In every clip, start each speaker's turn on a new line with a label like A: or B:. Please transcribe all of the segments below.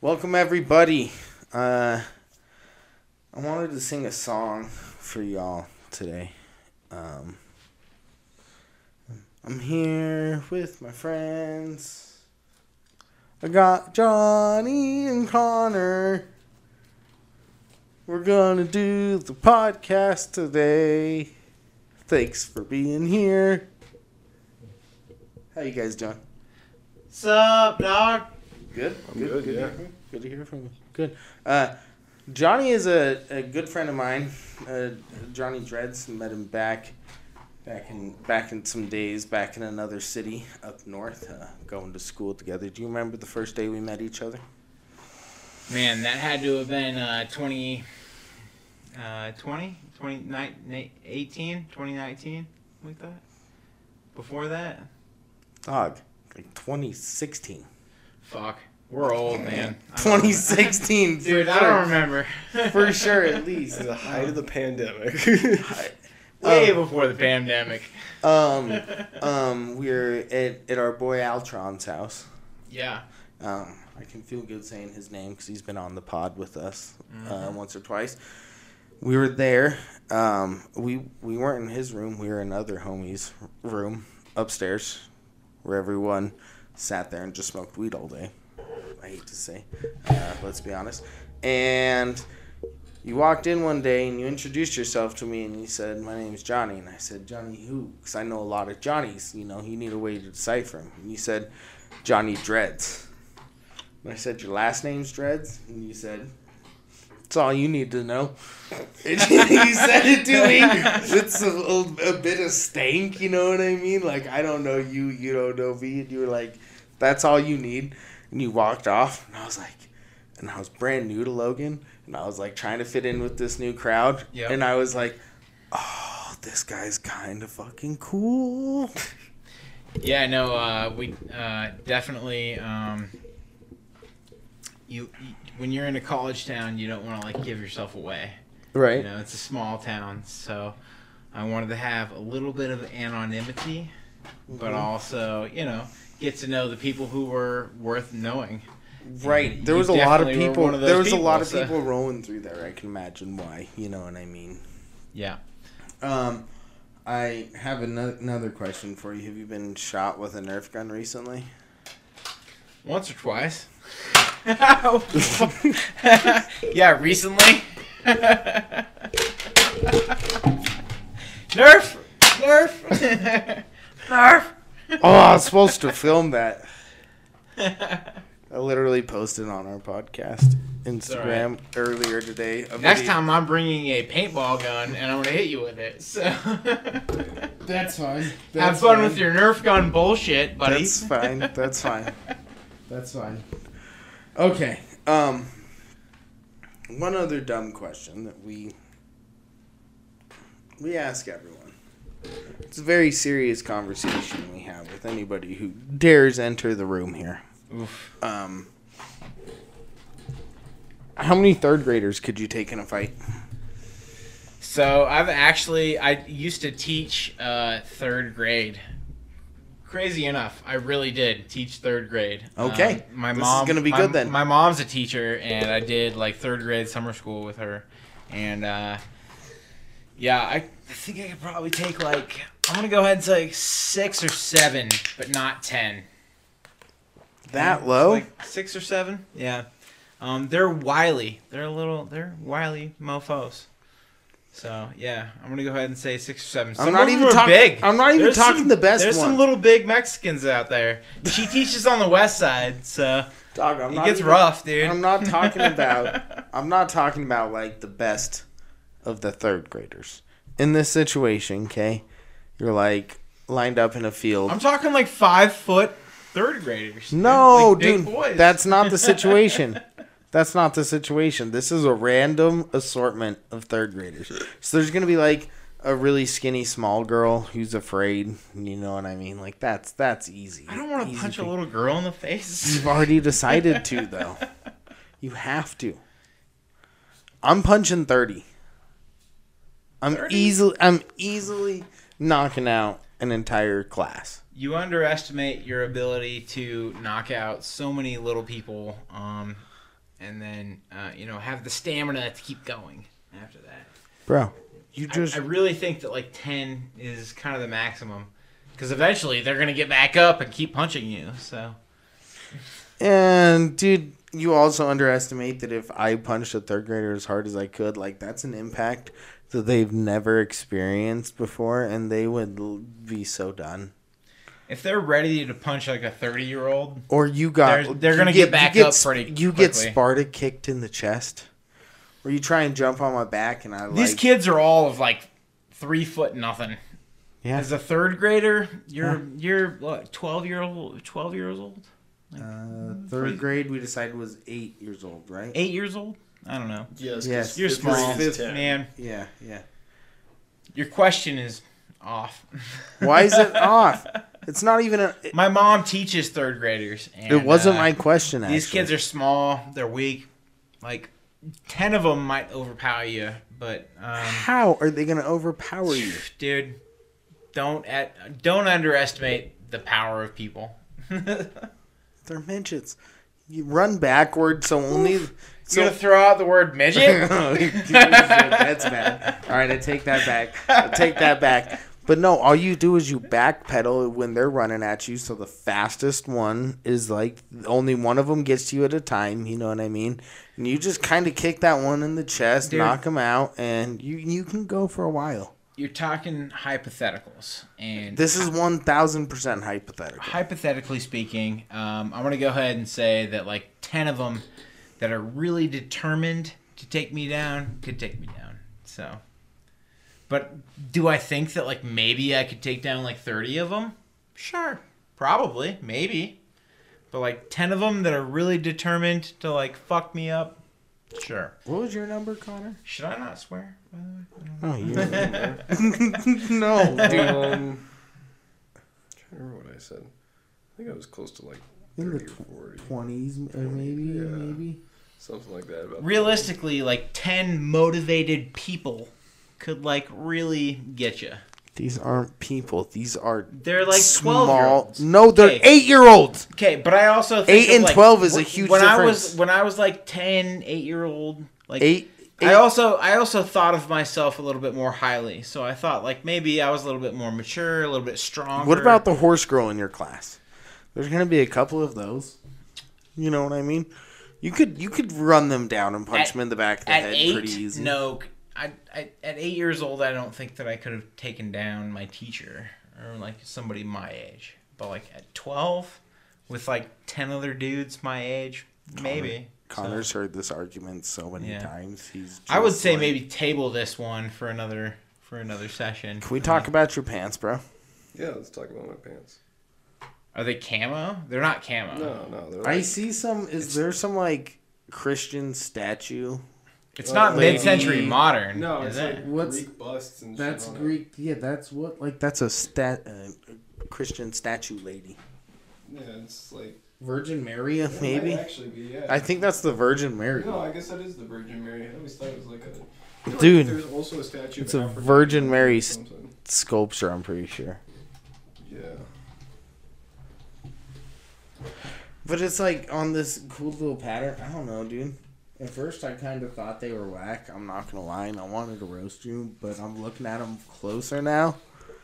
A: Welcome everybody. Uh, I wanted to sing a song for y'all today. Um, I'm here with my friends. I got Johnny and Connor. We're gonna do the podcast today. Thanks for being here. How you guys doing?
B: Sup, dog?
A: Good.
C: I'm good,
A: to
C: yeah.
A: hear from you. Good to hear from you. Good. Uh, Johnny is a, a good friend of mine. Uh, Johnny Dreads met him back, back in back in some days back in another city up north, uh, going to school together. Do you remember the first day we met each other?
B: Man, that had to have been uh, 20, uh, 20, 20, 18, 2019, like that. Before that,
A: Dog, like 2016.
B: fuck, we're old, man. I don't
A: 2016,
B: remember. dude. I don't remember.
A: For sure, at least.
C: The height of the pandemic.
B: Way
A: Um,
B: before the pandemic.
A: Um, um, we were at, at our boy Altron's house.
B: yeah.
A: Um, I can feel good saying his name because he's been on the pod with us uh, once or twice. We were there. Um, we we weren't in his room. We were in other homies' room upstairs, where everyone sat there and just smoked weed all day. I hate to say, uh, let's be honest. And you walked in one day and you introduced yourself to me and you said, "My name's Johnny," and I said, "Johnny who?" Because I know a lot of Johnnies. You know, you need a way to decipher him. And you said, "Johnny Dreads." And I said, "Your last name's Dreads," and you said. That's all you need to know. And you said it to me. It's a, little- a bit of stank, you know what I mean? Like, I don't know you, you don't know me. And you were like, that's all you need. And you walked off. And I was like, and I was brand new to Logan. And I was like trying to fit in with this new crowd.
B: Yep.
A: And I was like, oh, this guy's kind of fucking cool.
B: Yeah, no, uh, we uh, definitely. Um, you, you when you're in a college town, you don't want to like give yourself away.
A: Right.
B: You know, it's a small town, so I wanted to have a little bit of anonymity, but
A: Mm-hmm.
B: uh, also, you know, get to know the people who were worth knowing.
A: Right. There
B: You
A: was a lot of
B: definitely were
A: people.
B: one of those
A: There was a lot
B: people,
A: of
B: so-
A: people rolling through there. I can imagine why. You know what I mean?
B: Yeah.
A: Um, I have another, another question for you. Have you been shot with a Nerf gun recently?
B: Once or twice. yeah, recently. Nerf! Nerf! Nerf!
A: oh, I was supposed to film that. I literally posted on our podcast Instagram earlier today. a
B: Next
A: video-
B: time I'm bringing a paintball gun and I'm gonna hit you with it. So.
A: That's fine.
B: Have fun with your Nerf gun bullshit, buddy.
A: That's fine. That's fine. That's fine. Okay. Um. One other dumb question that we we ask everyone. It's a very serious conversation we have with anybody who dares enter the room here.
B: Oof.
A: Um. How many third graders could you take in a fight?
B: So I've actually I used to teach uh, third grade. Crazy enough, I really did teach third grade.
A: Okay.
B: Um, my
A: This is
B: mom
A: gonna be
B: my-
A: good then.
B: My mom's a teacher, and I did like third grade summer school with her, and uh, yeah, I, I think I could probably take like I'm gonna go ahead and say like six or seven, but not ten.
A: That low?
B: Like six or seven. Yeah. Um, they're wily. They're a little. They're wily mofo's. So yeah, I'm gonna go ahead and say six or seven. Some
A: not
B: of them
A: even
B: are
A: talk-
B: big.
A: I'm not even talking
B: some-
A: the best
B: There's
A: one.
B: some little big Mexicans out there. She teaches on the west side, so
A: Dog, I'm
B: it
A: not
B: gets
A: even-
B: rough, dude.
A: I'm not talking about I'm not talking about like the best of the third graders. In this situation, okay? You're like lined up in a field.
B: I'm talking like five foot third graders. dude.
A: no,
B: Like big
A: dude.
B: boys.
A: That's not the situation. that's not the situation. This is a random assortment of third graders. So there's going to be like a really skinny small girl who's afraid, you know what I mean? Like that's that's easy.
B: I don't want to
A: Easy
B: punch a
A: pick-
B: little girl in the face.
A: You've already decided to though. You have to. I'm punching thirty. I'm
B: 30?
A: easily I'm easily knocking out an entire class.
B: you underestimate your ability to knock out so many little people um, and then uh, you know have the stamina to keep going after that.
A: bro. You
B: I-
A: just
B: I, really think that like ten is kind of the maximum, because eventually they're gonna get back up and keep punching you. So
A: and dude, you also underestimate that if I punched a third grader as hard as I could, like that's an impact that they've never experienced before, and they would l- be so done.
B: if they're ready to punch like a thirty-year-old,
A: Or you got
B: They're- they're
A: you
B: gonna get back
A: you
B: up
A: sp-
B: pretty
A: You get
B: quickly.
A: Sparta kicked in the chest, or you try and jump on my back, and I like
B: these kids are all of like three foot nothing.
A: Yeah.
B: As a third grader, you're you're what twelve year old, twelve years old,
A: Uh, third grade we decided was eight years old, right?
B: eight years old. I don't know.
C: Yes,
A: Yes.
B: You're
A: Fifth
B: small,
A: grade is ten.
B: man.
A: Yeah, yeah.
B: Your question is off.
A: Why is it off? It's not even a. It,
B: My mom teaches third graders. And,
A: it wasn't
B: uh,
A: my question. Actually.
B: These kids are small. They're weak. Like ten of them might overpower you, but um,
A: How are they going to overpower you?
B: dude, don't at, don't underestimate the power of people.
A: They're midgets. You run backward, so only.
B: you
A: So
B: gonna throw out the word midget?
A: Oh, that's bad. All right, I take that back. I take that back. But no, all you do is you backpedal when they're running at you. So the fastest one is like only one of them gets to you at a time. You know what I mean? And you just kind of kick that one in the chest,
B: Dude.
A: knock him out, and you you can go for a while.
B: You're talking hypotheticals, and
A: This is one thousand percent hypothetical.
B: hypothetically speaking, um, I'm gonna go ahead and say that like ten of them that are really determined to take me down could take me down. So, but do I think that like maybe I could take down like thirty of them? Sure, probably, maybe. But like ten of them that are really determined to like fuck me up. Sure.
A: What was your number, Connor?
B: Should I not swear? By the way,
A: Oh, you no, dude.
C: Um, trying to remember what I said. I think I was close to like
A: In the
C: 30 or 40,
A: Twenties, maybe,
C: Yeah.
A: maybe.
C: something like that. About
B: realistically, like ten motivated people could like really get you.
A: These aren't people. These are
B: They're like twelve year olds.
A: No, they're
B: Okay.
A: eight year olds.
B: Okay, but I also think
A: Eight
B: of,
A: and
B: like,
A: 12 is a
B: wh-
A: huge
B: when I
A: difference.
B: was when I was like 10, 8 year old, like
A: Eight.
B: I
A: eight-
B: also I also thought of myself a little bit more highly. So I thought like maybe I was a little bit more mature, a little bit stronger.
A: What about the horse girl in your class? There's gonna be a couple of those. You know what I mean? You could you could run them down and punch
B: At-
A: them in the back of the
B: at
A: head pretty
B: eight?
A: easy.
B: No, I, I at eight years old, I don't think that I could have taken down my teacher or like somebody my age. But like at twelve, with like ten other dudes my age, maybe. So-
A: Connor's heard this argument so many
B: Yeah.
A: times. He's.
B: I would
A: just
B: say
A: like-
B: maybe table this one for another for another session.
A: Can we talk about your pants, bro?
C: Yeah, let's talk about my pants.
B: Are they camo? They're not camo.
C: No, no, they're
A: I
C: like,
A: see some. Is there some like Christian statue?
B: It's
C: Well,
B: not
C: Uh, lady-
B: mid-century modern.
C: no,
B: is
C: it's
B: it?
C: like
A: What's-
C: Greek busts and
A: That's
C: shit on it.
A: Greek. Yeah, that's what. Like that's a stat. Uh, Christian statue lady.
C: Yeah, it's like
A: Virgin Mary,
C: it might
A: maybe.
C: actually be yeah.
A: I think that's the Virgin Mary.
C: no, I guess that is the Virgin Mary. I always thought it was like a I feel
A: Dude,
C: Like there's also a statue.
A: it's
C: of
A: a
C: Aphrodite
A: Virgin
C: or
A: Mary s-
C: Something.
A: Sculpture, I'm pretty sure.
C: Yeah.
A: But it's like on this cool little pattern. I don't know, dude. At first, I kind of thought they were whack. I'm not gonna lie, and I wanted to roast you, but I'm looking at them closer now,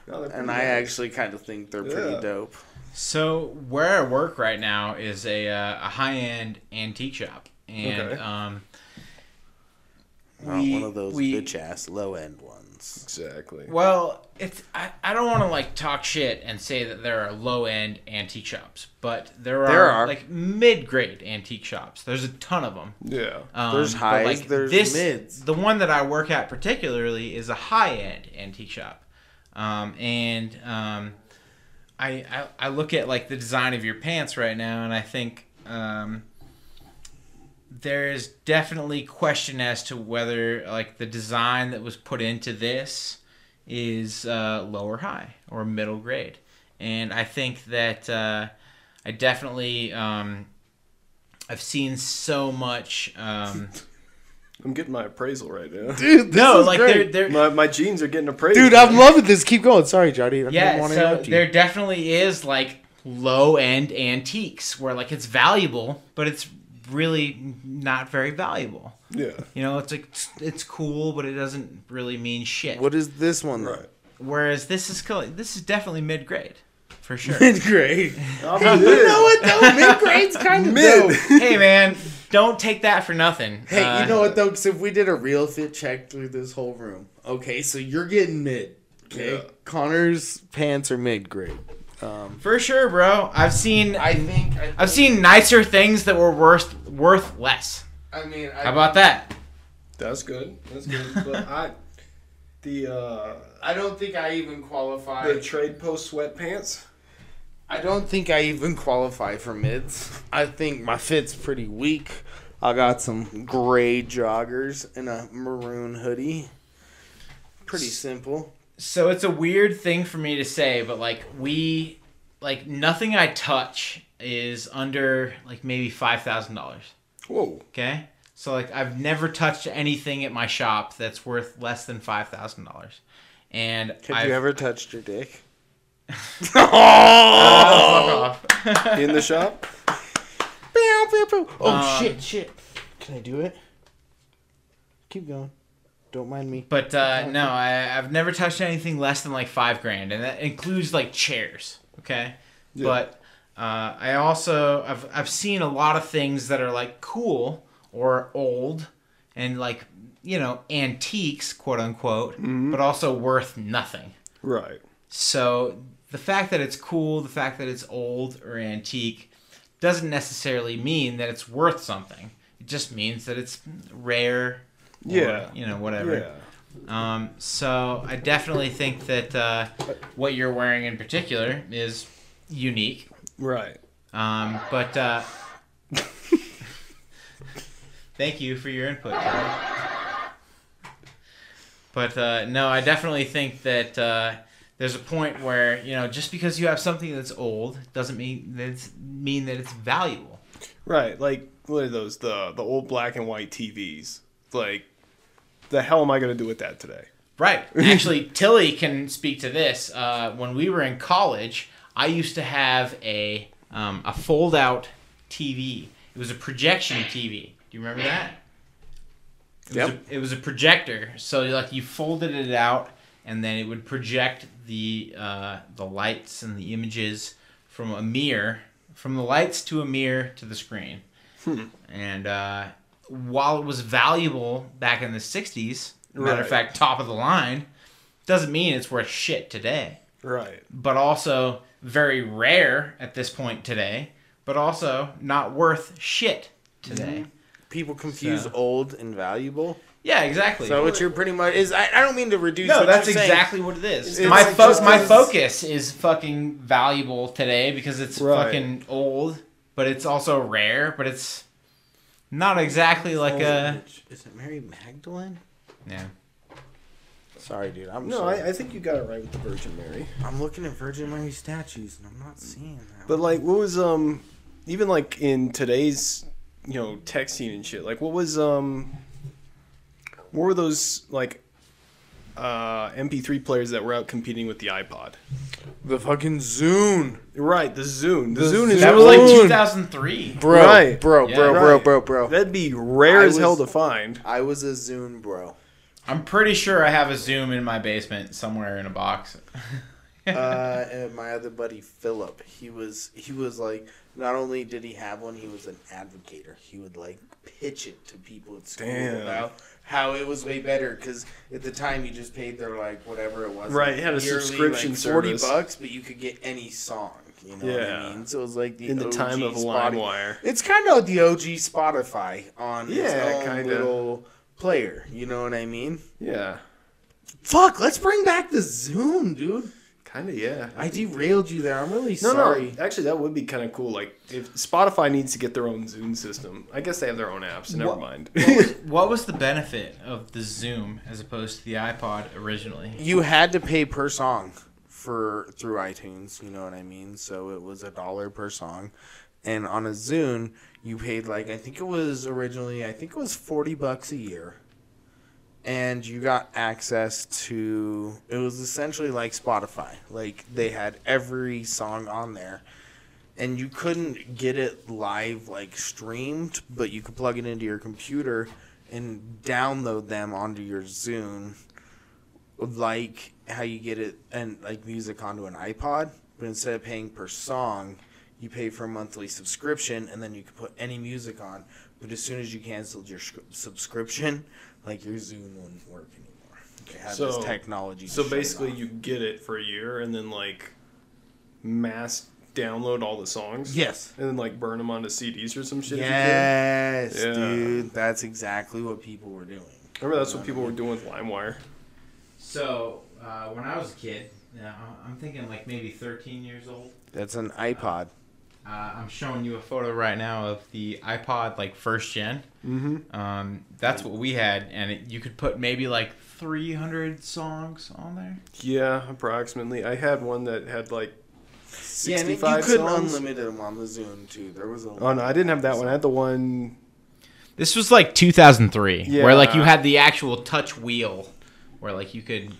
C: No, they're
A: and
C: pretty
A: I
C: nice.
A: actually kind of think they're pretty
C: Yeah.
A: dope.
B: So where I work right now is a, uh, a high-end antique shop, and
C: Okay.
B: um,
A: Not
B: we-
A: one of those
B: we-
A: bitch ass low end ones.
C: exactly.
B: Well, it's I, I don't want to like talk shit and say that there are low end antique shops, but there are,
A: There are.
B: like mid grade antique shops. There's a ton of them.
C: Yeah.
B: Um,
A: There's
B: but,
A: highs, there's mids.
B: The one that I work at particularly is a high end antique shop, um, and um, I, I I look at like the design of your pants right now, and I think. Um, there is definitely question as to whether like the design that was put into this is uh, low or high or middle grade and i think that uh, i definitely um, i've seen so much um,
C: I'm getting my appraisal right now.
A: Dude,
B: no like they're, they're
C: My, my jeans are getting appraised.
A: dude, I'm loving this. Keep going. Sorry, Johnny. I didn't
B: yeah
A: want to
B: so
A: interrupt you.
B: there definitely is like low end antiques where like it's valuable but it's really not very valuable.
C: Yeah.
B: You know, it's like it's, it's cool, but it doesn't really mean shit.
A: What is this one?
C: Right.
B: Whereas this is cool. This is definitely mid grade, for sure.
A: Mid grade.
C: you know what?
A: though? Mid grade's kind of
C: Mid.
A: dope.
B: hey man, don't take that for nothing.
A: Hey,
B: Uh,
A: you know what though? Because if we did a real fit check through this whole room, okay, so you're getting mid. Okay,
C: Yeah.
A: Connor's pants are mid grade. Um,
B: For sure, bro. I've seen
A: I think. I,
B: I've seen nicer things that were worth worth less.
A: I mean, I,
B: How about that?
C: That's good. That's good. But I, the uh,
A: I don't think I even qualify.
C: the trade post sweatpants.
A: I don't think I even qualify for mids. I think my fit's pretty weak. I got some gray joggers and a maroon hoodie. Pretty simple.
B: So it's a weird thing for me to say, but like we like nothing I touch is under like maybe five thousand dollars.
C: Whoa.
B: Okay? So like I've never touched anything at my shop that's worth less than five thousand dollars. And
A: Have
B: I've,
A: you ever touched your dick?
B: Oh, fuck off.
C: In the shop.
A: Bow, bow, bow. Oh
B: Um,
A: shit, shit. Can I do it? Keep going. Don't mind me.
B: But uh, no, I, I've never touched anything less than like five grand, and that includes like chairs. Okay,
C: Yeah.
B: but uh, I also I've I've seen a lot of things that are like cool or old and like you know antiques quote unquote,
C: Mm-hmm.
B: but also worth nothing.
C: Right.
B: So the fact that it's cool, the fact that it's old or antique, doesn't necessarily mean that it's worth something. It just means that it's rare. Or,
C: Yeah.
B: You know whatever.
C: Yeah.
B: Um, so I definitely think that uh, what you're wearing in particular is unique.
C: Right.
B: Um, but uh, thank you for your input. Charlie. But uh, no, I definitely think that uh, there's a point where you know just because you have something that's old doesn't mean that it's, mean that it's valuable.
C: Right. Like what are those the the old black and white TVs? Like, the hell am I gonna do with that today?
B: Right. Actually, Tilly can speak to this. Uh, when we were in college, I used to have a um, a fold out TV. It was a projection TV. Do you remember that? It was
C: Yep.
B: a, it was a projector. So like you folded it out, and then it would project the uh, the lights and the images from a mirror, from the lights to a mirror to the screen.
C: Hmm.
B: And uh, while it was valuable back in the '60s, matter of
C: Right.
B: fact, top of the line, doesn't mean it's worth shit today.
C: Right.
B: But also very rare at this point today. But also not worth shit today.
C: Mm-hmm.
A: People confuse
B: So-
A: old and valuable.
B: Yeah, exactly.
A: So what you're pretty much is I, I don't mean to reduce.
B: No,
A: what
B: that's
A: you're saying.
B: exactly what it is.
A: It's
B: my
A: like
B: fo-
A: just
B: my
A: as-
B: focus is fucking valuable today because it's
C: Right.
B: fucking old, but it's also rare, but it's not exactly like a
A: Is it Mary Magdalene?
B: yeah.
A: Sorry, dude. I'm
C: No,
A: sorry.
C: I, I think you got it right with the Virgin Mary.
A: I'm looking at Virgin Mary statues and I'm not seeing that.
C: But like, what was um, even like in today's you know texting and shit. Like, what was um, what were those like uh MP3 players that were out competing with the iPod?
A: the fucking Zune,
C: Right, the Zune. The,
A: The
C: Zune is
B: That was like
A: Dude.
B: 2003.
A: bro,
C: Right.
A: bro,
B: Yeah.
A: bro,
C: Right.
A: bro, bro, bro.
C: That'd be rare
A: I
C: as hell
A: was-
C: to find.
A: I was a Zune bro.
B: I'm pretty sure I have a Zoom in my basement somewhere in a box.
A: uh, and my other buddy Philip, he was he was like not only did he have one, he was an advocator. He would like pitch it to people at school
C: Damn.
A: about how it was way better because at the time you just paid their like whatever it was.
C: Right, it had a subscription service.
A: bucks, but you could get any song. You know what
C: Yeah.
A: I mean? So it was like the
C: In the
A: OG
C: time of
A: Spotify.
C: LimeWire.
A: It's kind of the OG Spotify on
C: Yeah,
A: its own
C: kinda.
A: little player. You know what I mean?
C: Yeah.
A: Fuck, let's bring back the Zoom, dude.
C: Kinda, yeah.
A: I derailed you there. I'm really
C: no,
A: sorry.
C: no. Actually, that would be kind of cool. Like, if Spotify needs to get their own Zune system, I guess they have their own apps. Never
B: What-
C: mind.
B: what was the benefit of the Zoom as opposed to the iPod originally?
A: You had to pay per song for through iTunes. You know what I mean? So it was a dollar per song, and on a Zune, you paid like I think it was originally I think it was forty bucks a year, and you got access to it was essentially like Spotify. Like they had every song on there. and you couldn't get it live like streamed, but you could plug it into your computer and download them onto your Zune, like how you get it and like music onto an iPod. But instead of paying per song, you pay for a monthly subscription, and then you can put any music on. But as soon as you canceled your sc- subscription, like your Zune wouldn't work anymore. They had
C: So-
A: this technology. to
C: So
A: shut it
C: basically,
A: off.
C: you get it for a year and then like mass download all the songs.
A: yes.
C: And then like burn them onto CDs or some shit. if you could.
A: Yes,
C: Yeah.
A: dude. That's exactly what people were doing.
C: Remember that's what people were doing with LimeWire.
B: So uh, when I was a kid, uh, I'm thinking like maybe 13 years old.
A: That's an iPod.
B: Uh, I'm showing you a photo right now of the iPod like first gen.
C: Mm-hmm.
B: Um, that's what we had, and it, you could put maybe like 300 songs on there.
C: Yeah, approximately. I had one that had like
A: Yeah, and you
C: 65
A: couldn't
C: songs.
A: unlimited them on the Zoom too. There was a.
C: Oh no, I didn't have that one. I had the one.
B: This was like 2003, where like you
C: Yeah.
B: had the actual touch wheel, where like you could.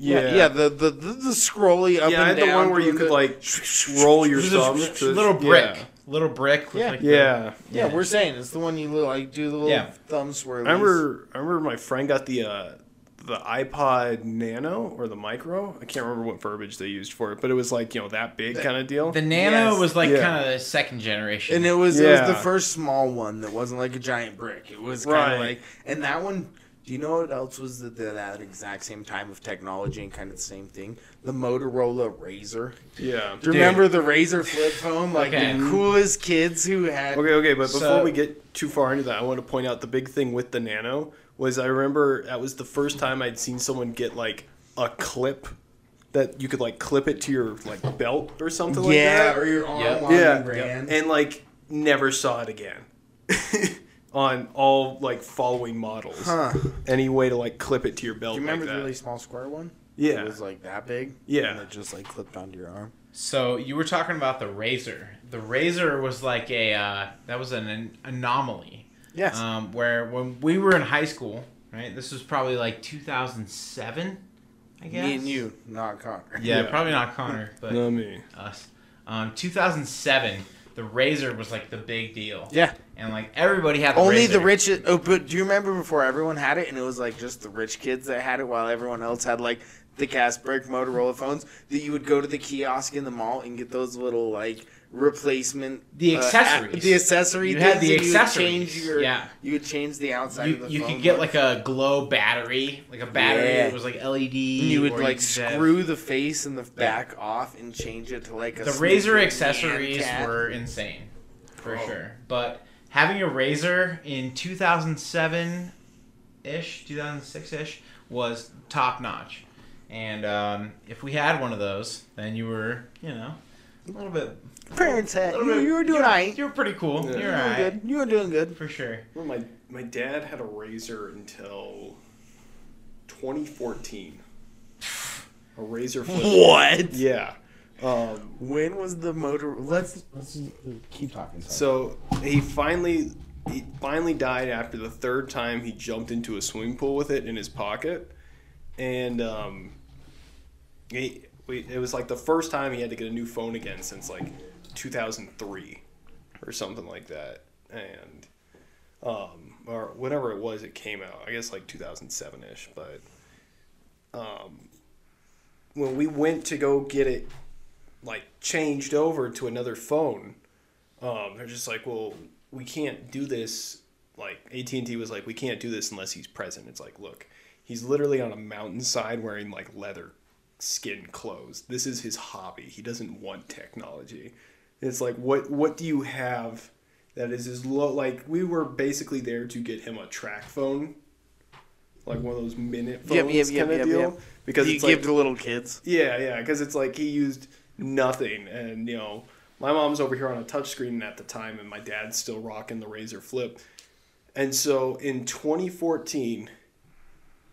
B: You know,
A: yeah, yeah, the the the, the scrolly up
C: Yeah,
A: and
C: I had
A: down.
C: the one where you could like roll your
B: There's a
C: thumb. to-
B: little brick,
C: Yeah.
B: little brick. With
A: Yeah.
B: like the-
C: Yeah.
A: Yeah, we're saying it's the one you li- like do the little
B: Yeah.
A: thumb swirl.
C: I remember. I remember my friend got the uh, the iPod Nano or the Micro. I can't remember what verbiage they used for it, but it was like you know that big kind of deal.
B: The Nano
A: Yes.
B: was like
C: Yeah.
B: kind of the second generation.
A: And it was it
C: Yeah.
A: was the first small one that wasn't like a giant brick. It was kind
C: Right.
A: of like and that one. Do you know what else was the, the, that exact same time of technology and kind of the same thing? The Motorola Razor.
C: yeah.
A: Do you remember the Razor flip phone? Like
B: Okay.
A: the coolest kids who had.
C: Okay, okay, but before
B: So-
C: we get too far into that, I want to point out the big thing with the Nano was I remember that was the first time I'd seen someone get like a clip that you could like clip it to your like belt or something like
A: yeah,
C: that.
A: or your arm
B: Yep.
A: on
C: yeah,
A: the brand.
C: and like never saw it again on all like following models.
A: Huh.
C: Any way to like clip it to your belt?
A: Do you remember
C: like
A: the
C: that.
A: really small square one?
C: Yeah.
A: It was like that big.
C: Yeah.
A: And it just like clipped onto your arm.
B: So you were talking about the razor. The razor was like a uh, that was an, an anomaly.
A: Yes.
B: Um, where when we were in high school, right? This was probably like 2007, I guess.
A: Me and you, not Connor.
B: Yeah,
C: Yeah.
B: probably not Connor, but
C: No, me.
B: us. Um, 2007, the razor was like the big deal.
A: Yeah.
B: And like everybody had the
A: Only
B: razor.
A: the rich. Oh, but do you remember before everyone had it, and it was like just the rich kids that had it, while everyone else had like the Casperg Motorola phones. That you would go to the kiosk in the mall and get those little like replacement
B: The
A: uh,
B: accessories.
A: a- the accessory.
B: You had
A: things that
B: the
A: you would change
B: accessories,
A: your.
B: yeah.
A: You would change the outside of
B: You,
A: the
B: you
A: phone.
B: could get
A: look.
B: like a glow battery, like a battery
A: Yeah.
B: that was like LED.
A: And you would
B: or
A: like
B: could have-
A: screw the face and the back off and change it to like a
B: the
A: sneaker
B: razor
A: man
B: accessories
A: cat.
B: were insane for
A: Oh.
B: sure but having a razor in 2007 ish 2006 ish was top notch and um, if we had one of those then you were you know a little bit
A: parents had.
B: a
A: You,
B: little bit-
A: you were doing
B: you were,
A: alright.
B: you were pretty cool
C: Yeah.
B: you're
A: You were
B: right
A: good. You were doing good.
B: for sure
C: Well, my my dad had a razor until 2014. A razor flip.
A: What?
C: Yeah. Um,
A: When was the motor? Let's let's keep talking. So
C: so he finally he finally died after the third time he jumped into a swimming pool with it in his pocket, and um, he, we, it was like the first time he had to get a new phone again since like 2003 or something like that, and um, or whatever it was it came out. I guess like 2007 ish, but um, when we went to go get it like changed over to another phone um, they're just like, well, we can't do this. Like AT and T was like, we can't do this unless he's present. It's like, look, he's literally on a mountainside wearing like leather skin clothes. This is his hobby. He doesn't want technology. It's like, what what do you have that is as low? Like we were basically there to get him a track phone, like one of those minute phones
A: Yep, yep, yep,
C: kind of
A: yep,
C: deal.
A: yep.
C: Because
A: you
C: it's
A: give
C: like,
A: the little kids.
C: yeah, yeah, because it's like he used nothing, and you know, my mom's over here on a touchscreen at the time, and my dad's still rocking the Razor Flip, and so in 2014,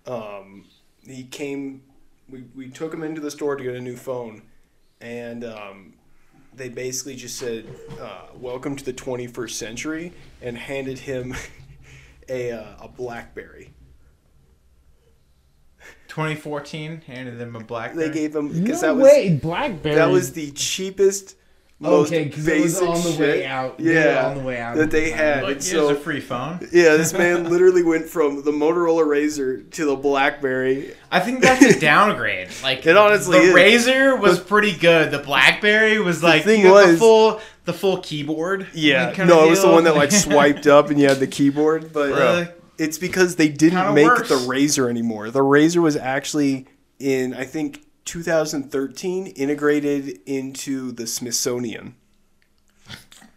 C: um, he came, we we took him into the store to get a new phone, and um, they basically just said, uh, "Welcome to the 21st century," and handed him a uh, a BlackBerry.
B: 2014 handed them a black
C: They gave him because
D: no
C: that was
D: way, Blackberry.
C: That was the cheapest most
B: okay, because it was
C: basic
B: on the
C: shit.
B: way out. We were
C: Yeah,
B: on the way out.
C: that they had.
D: Like,
C: so
D: here's a free phone.
C: yeah, this man literally went from the Motorola Razor to the BlackBerry.
B: I think that's a downgrade. Like
C: It honestly
B: the
C: is.
B: Razor was pretty good. The BlackBerry was like
C: thing
B: you got the
C: was-
B: full the full keyboard.
C: Yeah,
B: like, kinda
C: no, it was the
B: deal.
C: one that like swiped up and you had the keyboard, but
D: Bro.
C: it's because they didn't
B: Kinda
C: make
B: worse.
C: the Razor anymore. The Razor was actually in I think 2013 integrated into the Smithsonian.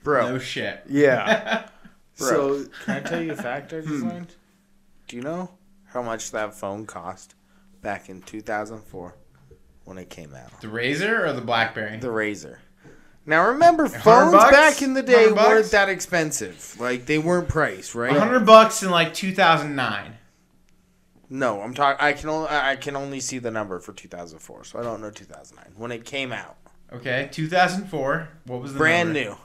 A: Bro,
B: no shit.
C: Yeah.
A: Bro.
C: So
A: can I tell you a fact I just
B: Hmm.
A: learned? Do you know how much that phone cost back in 2004 when it came out?
B: The Razor or the BlackBerry?
A: The Razor. Now remember, phones
B: bucks?
A: back in the day
B: 100 bucks?
A: weren't that expensive. Like they weren't priced, right?
B: 100 bucks in like 2009.
A: No, I'm talking. I can only I can only see the number for 2004, so I don't know 2009 when it came out.
B: Okay, 2004. What was the
A: Brand
B: number?
A: new,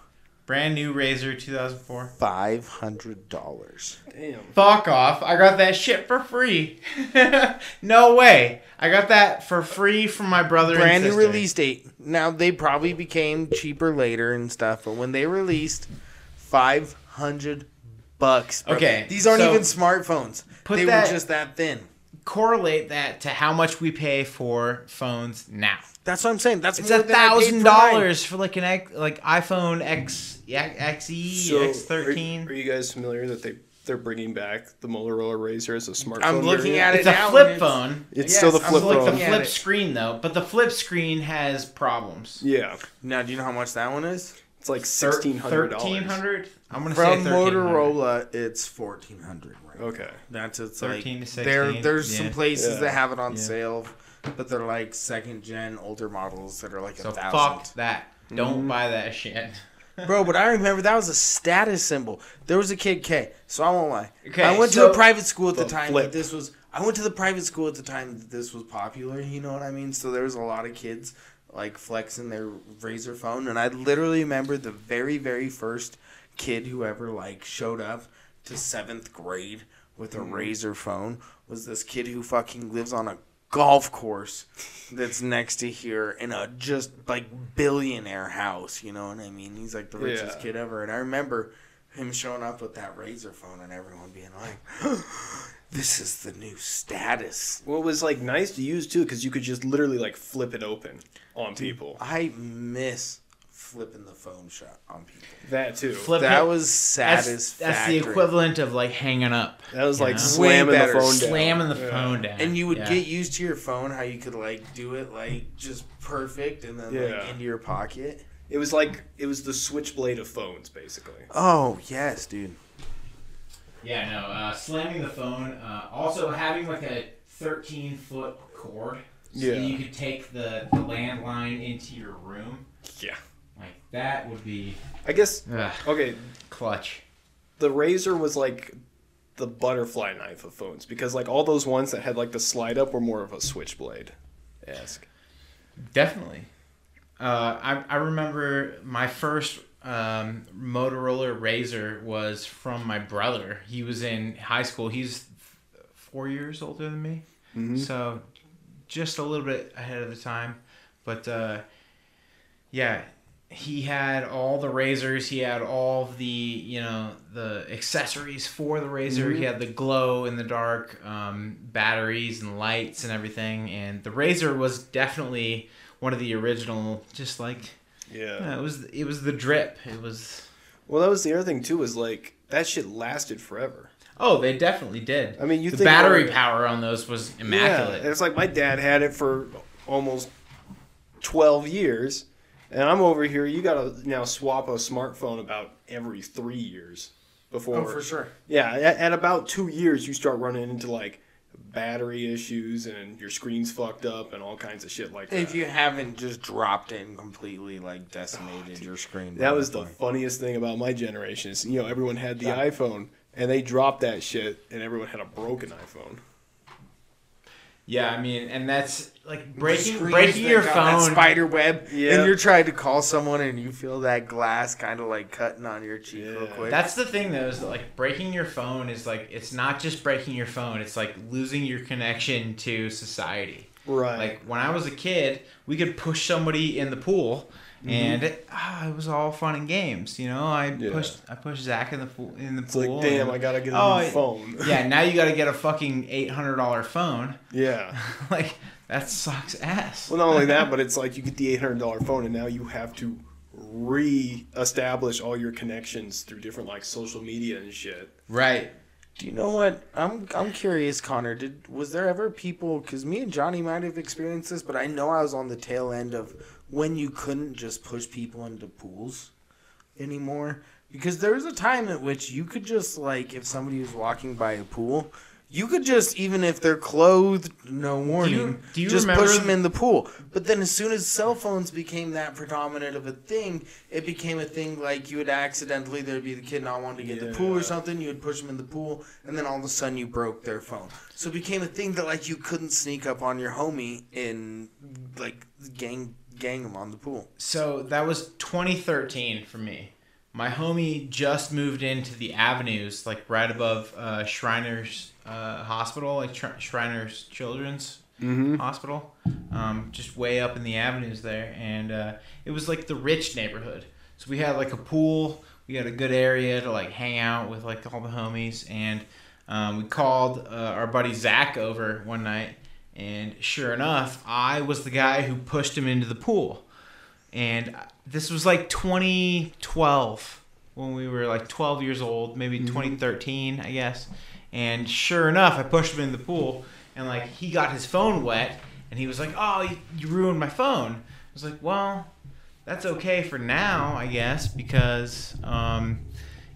B: Brand new Razor 2004.
A: five hundred dollars.
C: damn.
B: Fuck off. I got that shit for free. no way. I got that for free from my brother and
A: Brand new
B: sister.
A: release date. Now they probably became cheaper later and stuff, but when they released, five hundred bucks. bro.
B: Okay,
A: these aren't
B: so-
A: even smartphones.
B: Put
A: they
B: that-
A: were just that thin.
B: Correlate that to how much we pay for phones now.
A: That's what I'm saying. That's
B: It's
A: more
B: a
A: than I paid
B: thousand
A: for mine.
B: dollars for like an X, like iPhone X, E, yeah, XE,
C: So Are, are
B: X13.
C: you guys familiar that they they're bringing back the Motorola Razor as a smartphone?
A: I'm looking
C: variant?
A: at it
B: It's a
A: now,
B: flip
A: and it's-
B: phone.
C: It's still the
A: Yes, I'm
C: flip
B: Like
C: phone.
B: the
A: Yeah,
B: flip
A: it-
B: screen though, but the flip screen has problems.
C: yeah,
A: Now, do you know how much that one is?
C: it's like
B: Thir-
C: sixteen hundred dollars.
B: 1300? I'm gonna
A: From
B: say 1300.
A: Motorola, it's fourteen hundred. Right.
C: Okay.
A: That's it's
B: 13
A: like
B: to
A: there.
B: 16,
A: There's
B: yeah.
A: some places
C: Yeah.
A: that have it on
B: Yeah.
A: sale, but they're like second gen older models that are like
B: So
A: a thousand.
B: fuck that. Don't
A: Mm-hmm.
B: buy that shit.
A: Bro, but I remember that was a status symbol. There was a kid K, so I won't lie.
B: Okay,
A: I went
B: so-
A: to a private school at the,
C: The
A: time
C: flip.
A: that this was. I went to the private school at the time that this was popular. You know what I mean? So there was a lot of kids like flexing their razor phone, and I literally remember the very, very first kid who ever like showed up to seventh grade with a razor phone was this kid who fucking lives on a golf course that's next to here in a just like billionaire house you know what i mean he's like the richest
C: Yeah.
A: kid ever and i remember him showing up with that razor phone and everyone being like this is the new status
C: Well, it was like nice to use too because you could just literally like flip it open on people.
A: i miss flipping the phone shot on people
C: That too.
B: Flip
A: that
B: it.
A: was
B: that's,
A: satisfactory
B: that's the equivalent of like hanging up.
C: That was
B: you
C: like
B: know?
C: slamming
A: Way
C: the
A: better.
C: phone down.
B: slamming the
C: Yeah.
B: phone down.
A: and you would
B: Yeah.
A: get used to your phone how you could like do it like just perfect and then
C: Yeah.
A: like into your pocket
C: It was like it was the switchblade of phones, basically.
A: oh yes dude
B: Yeah, no. Uh, slamming the phone. Uh, also having like a 13 foot cord, so
C: Yeah.
B: you could take the, the landline into your room.
C: Yeah.
B: Like that would be
C: I guess
B: ugh,
C: okay.
B: clutch.
C: The razor was like the butterfly knife of phones because like all those ones that had like the slide up were more of a switchblade. Esque.
B: Definitely. Uh, I I remember my first um, Motorola Razor was from my brother. He was in high school. He's four years older than me,
C: Mm-hmm.
B: so just a little bit ahead of the time. But uh, yeah, he had all the razors. He had all the you know the accessories for the razor.
C: Mm-hmm.
B: He had the glow in the dark, um, batteries and lights and everything. And the razor was definitely one of the original. Just like
C: Yeah.
B: you know, it was, it was the drip. It was.
C: Well, that was the other thing too was like that shit lasted forever.
B: Oh, they definitely did.
C: I mean, you
B: the
C: think
B: battery
C: about it-
B: power on those was immaculate.
C: and it's like my dad had it for almost twelve years, and I'm over here. You gotta now swap a smartphone about every three years before.
A: oh for sure
C: Yeah, at, at about two years, you start running into like battery issues and your screen's fucked up and all kinds of shit like that.
A: if you haven't just dropped it and completely like decimated your screen by
C: that was the
A: point.
C: funniest thing about my generation is you know everyone had the iPhone and they dropped that shit and everyone had a broken iPhone.
B: Yeah, I mean, and that's like
A: The
B: breaking
A: screens
B: breaking
A: that
B: your
A: got that
B: phone.
A: spider web
C: Yeah.
A: and you're trying to call someone and you feel that glass kind of like cutting on your cheek real
C: Yeah.
A: quick
B: That's the thing though, is that, like breaking your phone is like it's not just breaking your phone, it's like losing your connection to society.
C: Right.
B: Like when I was a kid, we could push somebody in the pool
C: Mm-hmm.
B: and it, ah, it was all fun and games. You know, I
C: Yeah.
B: pushed I pushed Zach in the pool in the
C: It's like,
B: pool.
C: damn,
B: and-
C: I gotta get a
B: Oh,
C: new
B: it-
C: phone.
B: yeah, now you got to get a fucking eight hundred dollar phone.
C: yeah.
B: like that sucks ass.
C: Well, not only that, but it's like you get the eight hundred dollar phone, and now you have to re-establish all your connections through different like social media and shit.
B: right.
A: Do you know what? I'm I'm curious, Connor. Did was there ever people? Because me and Johnny might have experienced this, but I know I was on the tail end of when you couldn't just push people into pools anymore. Because there was a time at which you could just like, if somebody was walking by a pool, you could just even if they're clothed, no warning,
B: do you
A: just
B: remember
A: push them in the pool. But then as soon as cell phones became that predominant of a thing, it became a thing like you would accidentally there'd be the kid not wanting to get in the pool or
C: Yeah.
A: something, you would push them in the pool, and then all of a sudden you broke their phone. So it became a thing that like you couldn't sneak up on your homie and like gang gang him on the pool.
B: So that was 2013 for me. My homie just moved into the avenues, like right above uh, Shriners uh, Hospital, like Tr- Shriners Children's
C: Mm-hmm.
B: Hospital, um, just way up in the avenues there, and uh, it was like the rich neighborhood. So we had like a pool, we had a good area to like hang out with like all the homies, and um, we called uh, our buddy Zach over one night, and sure enough, I was the guy who pushed him into the pool, and this was like 2012 when we were like 12 years old, maybe 2013, I guess. And sure enough, I pushed him in the pool, and like he got his phone wet, and he was like, "Oh, you, you ruined my phone." I was like, "Well, that's okay for now, I guess, because um,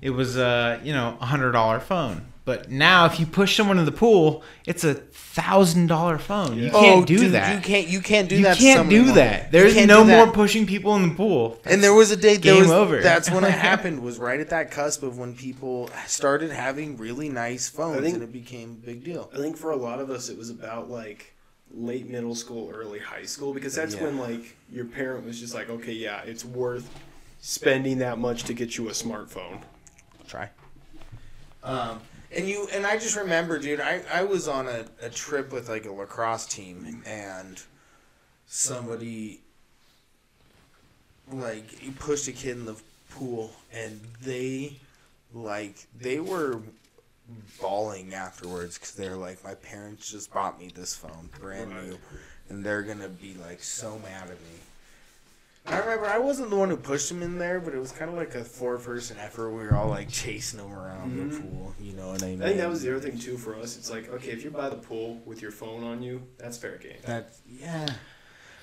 B: it was a you know a hundred dollar phone." But now, if you push someone in the pool, it's a thousand dollar phone. You
C: Yeah.
B: can't do that.
A: Oh, You can't you can't do
B: you
A: that.
B: can't do that. There's no more pushing people in the pool.
A: and there was a day there
B: game
A: was,
B: over.
A: That's when it happened. Was right at that cusp of when people started having really nice phones,
C: think-
A: and it became a big deal.
C: I think for a lot of us, it was about like late middle school, early high school, because that's
A: Yeah.
C: when like your parent was just like, okay, yeah, it's worth spending that much to get you a smartphone.
A: Try. Um, and you and I just remember, dude. I, I was on a, a trip with like a lacrosse team, and somebody like he pushed a kid in the pool, and they like they were bawling afterwards because they're like, my parents just bought me this phone, brand new, and they're gonna be like so mad at me. I remember I wasn't the one who pushed him in there, but it was kind of like a four-person effort. We were all like chasing him around the
B: Mm-hmm.
A: pool, you know what I mean?
C: I think that was the other thing too for us. It's like, okay, if you're by the pool with your phone on you, that's fair game.
A: That yeah.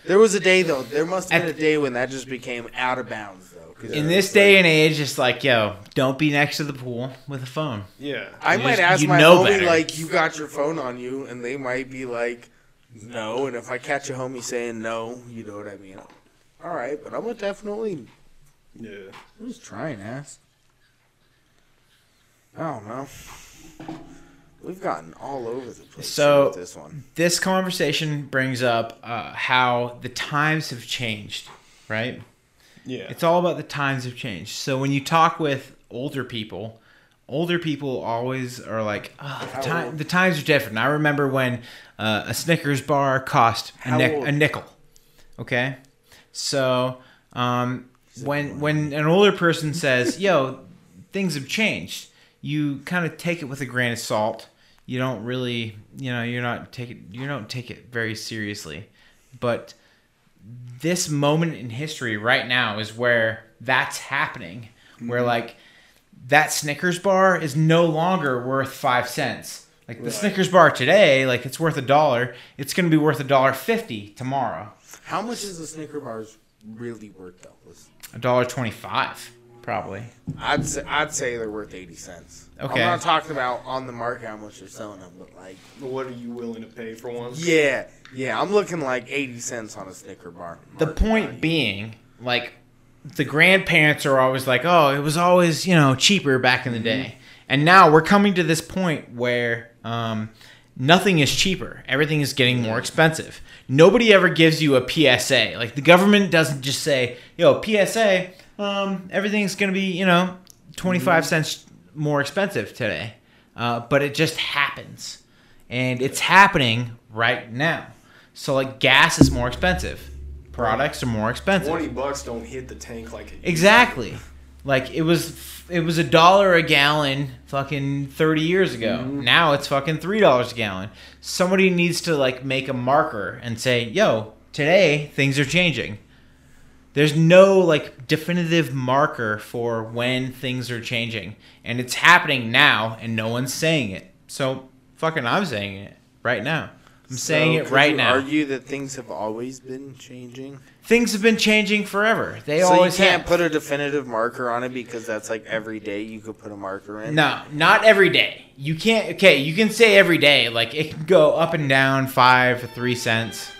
A: There was a day though. There must have been a day when that just became out of bounds though. 'cause
B: In
A: it
B: this
A: was
B: day
A: like-
B: and age, it's like, yo, don't be next to the pool with a phone.
C: Yeah.
A: I
B: you
A: might
B: just-
A: ask
B: you
A: my
B: know
A: homie
B: better.
A: like, "You got your phone on you?" and they might be like, "No." And if I catch a homie saying no, you know what I mean? All right, but I'm gonna definitely
C: Yeah.
A: I'm just trying, ass. I don't know. We've gotten all over the place
B: So-
A: with this one.
B: This conversation brings up uh, how the times have changed, right?
C: Yeah.
B: It's all about the times have changed. So when you talk with older people, older people always are like, oh, the,
A: How
B: time,
A: old?
B: the times are different. I remember when uh, a Snickers bar cost a,
A: How
B: nic-
A: old?
B: a nickel. Okay, so um, when when an older person says, "Yo, things have changed," you kind of take it with a grain of salt. You don't really, you know, you're not take it, you don't take it very seriously. But this moment in history right now is where that's happening where like that snickers bar is no longer worth five cents like the
C: Right.
B: snickers bar today like it's worth a dollar it's going to be worth a dollar fifty tomorrow
A: How much is the Snicker bars really worth though? Let's-
B: a dollar twenty five probably
A: I'd say, I'd say they're worth eighty cents.
B: Okay.
A: I'm not talking about on the market how much they're selling them, but like,
C: what are you willing to pay for one?
A: yeah, yeah, I'm looking like eighty cents on a Snicker bar.
B: the
A: Market
B: point
A: value.
B: being like the grandparents are always like oh it was always you know cheaper back in the day and now we're coming to this point where um, nothing is cheaper everything is getting more expensive nobody ever gives you a psa like the government doesn't just say yo psa um, everything's gonna be you know 25 cents more expensive today uh, but it just happens and it's happening right now so like gas is more expensive products are more expensive.
C: Twenty bucks don't hit the tank like it used to.
B: Exactly. Like it was it was a dollar a gallon fucking 30 years ago.
A: Mm-hmm.
B: Now it's fucking $3 a gallon. Somebody needs to like make a marker and say, "Yo, today things are changing." There's no like definitive marker for when things are changing, and it's happening now and no one's saying it. So fucking I'm saying it right now. I'm saying
A: So
B: it
A: could
B: right
A: you
B: now.
A: Argue that things have always been changing.
B: Things have been changing forever. They
A: so you
B: always have.
A: can't put a definitive marker on it because that's like every day you could put a marker in.
B: No, not every day. You can't. Okay, you can say every day. Like it can go up and down five, three cents.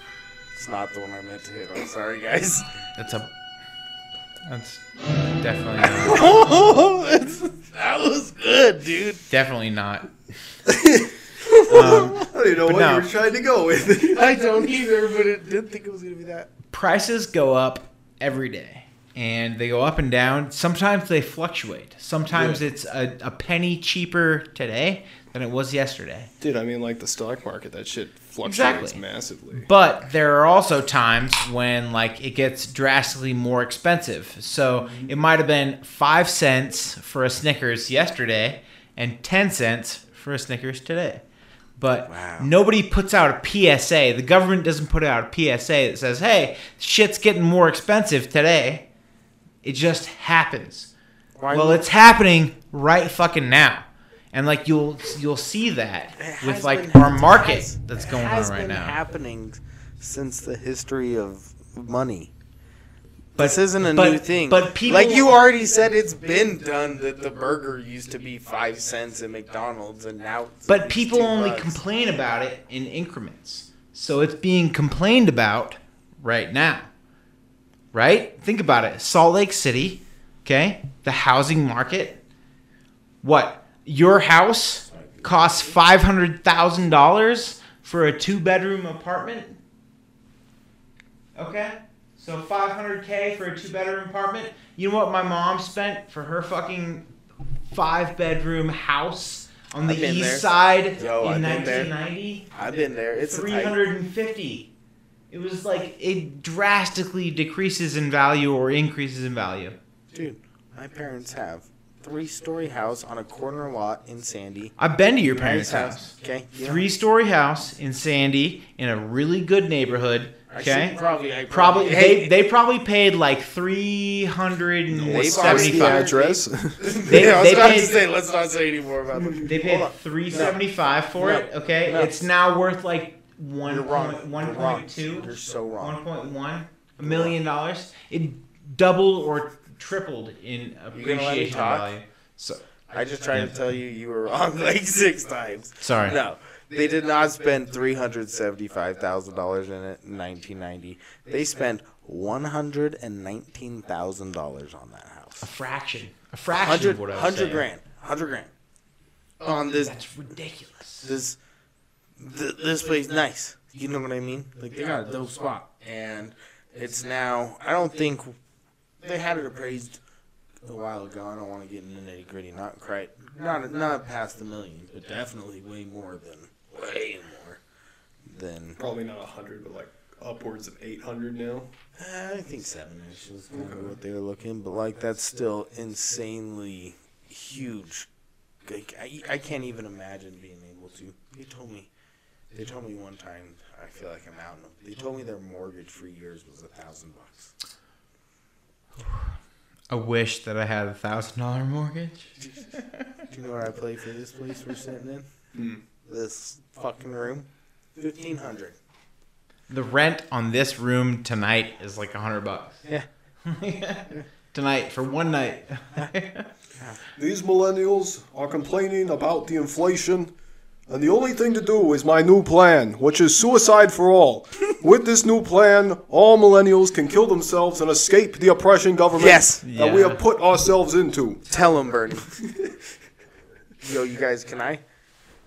A: it's not the one I meant to hit. I'm sorry, guys.
B: That's a. That's definitely not,
A: that was good, dude.
B: definitely not. Um,
C: I don't even know what
B: no.
C: you were trying to go with.
A: I don't either, but it didn't think it was gonna be that.
B: Prices go up every day, and they go up and down. Sometimes they fluctuate. Sometimes it's a, a penny cheaper today than it was yesterday.
C: Dude, I mean, like the stock market, that shit fluctuates
B: Exactly.
C: massively.
B: But there are also times when like it gets drastically more expensive. So
A: Mm-hmm.
B: it might have been five cents for a Snickers yesterday and ten cents for a Snickers today. But
A: Wow.
B: nobody puts out a PSA. The government doesn't put out a PSA that says, "Hey, shit's getting more expensive today." It just happens.
A: Why
B: well,
A: would-
B: it's happening right fucking now. And like you'll you'll see that
A: It
B: with
A: has
B: like
A: been-
B: our
A: it
B: market
A: has-
B: that's
A: it
B: going on
A: has
B: right
A: been
B: now.
A: Happening since the history of money.
B: But-
A: this isn't a
B: but-
A: new thing.
B: but people-
A: like you already said, it's been done that the burger used to be five cents at McDonald's, and now. It's
B: But people
A: two
B: only
A: bucks.
B: complain about it in increments. So it's being complained about right now. Right? Think about it. Salt Lake City, okay? The housing market. What? Your house costs $500,000 for a two bedroom apartment? Okay? So 500K for a two bedroom apartment. You know what my mom spent for her fucking five bedroom house on the
A: I've been
B: east
A: there.
B: side
A: Yo, I've
B: in
A: been there.
B: 1990
A: I've been there. It's a tight-
B: 350 it was like it drastically decreases in value or increases in value
A: Dude, my parents have three story house on a corner lot in Sandy.
B: i've been to your parents house
A: Okay. you know,
B: three story house in sandy in a really good neighborhood
A: I should
B: okay
A: Probably. I
B: probably
A: Hey,
B: they, they probably paid like
A: They've
C: What's the
B: 375
A: already-
C: address?
B: they-
A: Yeah, I was
B: they
A: about
B: paid-
A: to say, let's not say any more about them.
B: they
A: Hold
B: paid
A: on.
B: 375 for it
A: No.
B: okay
A: No.
B: it's now worth like one
A: You're wrong.
B: point-
A: You're wrong.
B: 1.2
A: You're so wrong.
B: 1.1 million dollars. It doubled or tripled in
A: me
B: appreciation
A: talk?
B: value. So
A: I just tried to tell you you were wrong like six times.
B: sorry.
A: No, they did not spend three hundred seventy-five thousand dollars in it in nineteen ninety. They spent one hundred and nineteen thousand dollars on that
B: A
A: house.
B: fraction. A fraction
A: Hundred,
B: of what I was
A: hundred
B: saying.
A: grand, hundred grand on this
B: That's ridiculous.
A: this th- this place nice. You know what I mean? Like they got a dope spot, and it's now. I don't think they had it appraised a while ago. I don't want to get into nitty gritty. Not quite, not not past the million, but definitely way more than way more than.
C: Probably not 100, but like upwards of 800 now.
A: eh, I think seven ish was kind of what they were looking, but like that's still insanely huge. Like I, I can't even imagine being able to. They told me They told me one time, I feel like I'm out. in a- They told me their mortgage for years was a thousand bucks.
B: I wish that I had a thousand dollar mortgage.
A: Do you know where I play for this place we're sitting in?
C: Hmm.
A: This fucking room, fifteen hundred.
B: The rent on this room tonight is like a hundred bucks.
A: Yeah.
B: tonight for one night.
C: These millennials are complaining about the inflation, and the only thing to do is my new plan, which is suicide for all. With this new plan, all millennials can kill themselves and escape the oppression government
A: Yes.
C: that we
B: Yeah.
C: have put ourselves into.
A: Tell them, Bernie. Yo, you guys, can I?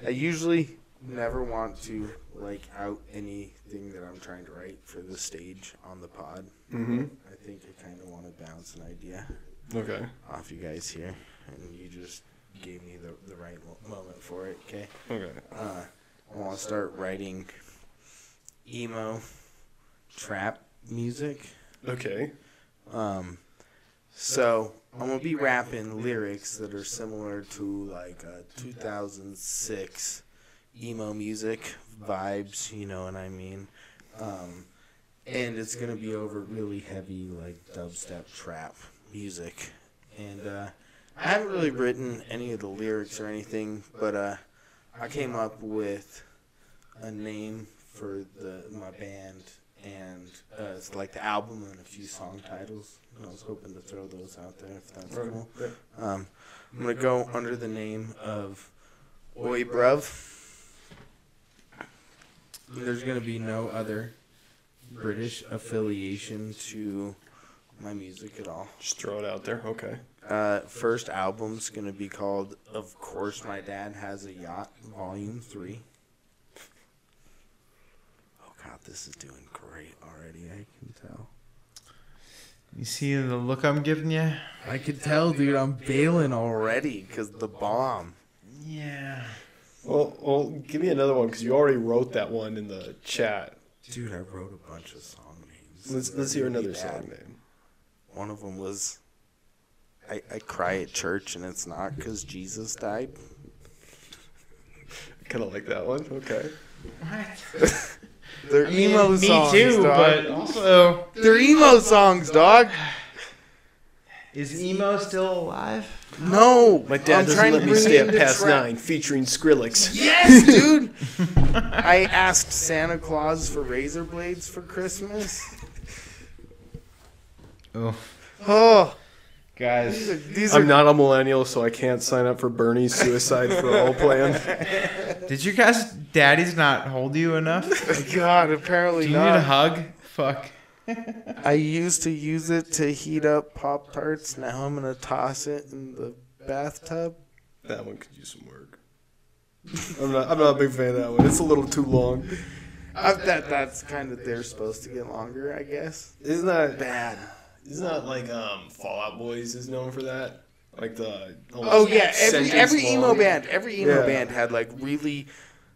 A: I usually never want to like out anything that I'm trying to write for the stage on the pod.
C: Mm-hmm.
A: I think I kind of want to bounce an idea
C: Okay.
A: off you guys here, and you just gave me the the right mo- moment for it. Okay.
C: Okay.
A: uh, I want to start writing emo, trap, music.
C: Okay.
A: Um, so I'm gonna be rapping lyrics that are similar to like uh, 2006 emo music vibes, you know what I mean? Um, and it's gonna be over really heavy like dubstep trap music, and uh, I haven't really written any of the lyrics or anything, but uh, I came up with a name for the my band and uh, it's like the album and a few song titles. And I was hoping to throw those out there if that's
C: Uh-huh.
A: cool. Um, I'm gonna go under the name of Oi Bruv. There's gonna be no other British affiliation to my music at all.
C: Just throw it out there. Okay.
A: Uh, first album's gonna be called "Of Course My Dad Has a Yacht," Volume Three. Oh God, this is doing great already. I can tell.
B: You see the look I'm giving you?
A: I can tell, dude. I'm bailing already because the bomb.
B: Yeah.
C: Well, well, give me another one because you already wrote that one in the chat.
A: Dude, I wrote a bunch of song names.
C: Let's let's hear another song name.
A: One of them was. I, I cry at church and it's not because Jesus died.
C: Kind of like that one. Okay.
B: What?
A: They're emo
B: me
A: songs, dog.
B: too, but also
A: they're emo songs, dog.
B: is emo still alive?
A: No,
C: My dad
A: I'm
C: doesn't
A: trying
C: let
A: to
C: me
A: bring
C: stay
A: in
C: up
A: the
C: past
A: trap.
C: nine, featuring Skrillex.
A: Yes, dude. I asked Santa Claus for razor blades for Christmas.
B: Oh,
A: Oh, these are,
B: guys,
A: these are
C: I'm not a millennial, so I can't sign up for Bernie's suicide for all plan.
A: Uh,
B: did you guys' daddies not hold you enough?
A: God.
B: Do
A: Apparently
B: you need a
A: not.
B: hug? Fuck.
A: I used to use it to heat up pop tarts. Now I'm gonna toss it in the bathtub.
C: That one could use some work. I'm not. I'm not a big fan of that one. It's a little too long.
A: I, that that's kind of they're supposed to get longer, I guess.
C: Isn't that?
A: Bad.
C: Isn't that like um Fallout Boys is known for that? Like the
A: Oh yeah, every
C: sentence
A: every emo
C: long.
A: band, every emo
C: Yeah.
A: band had like really,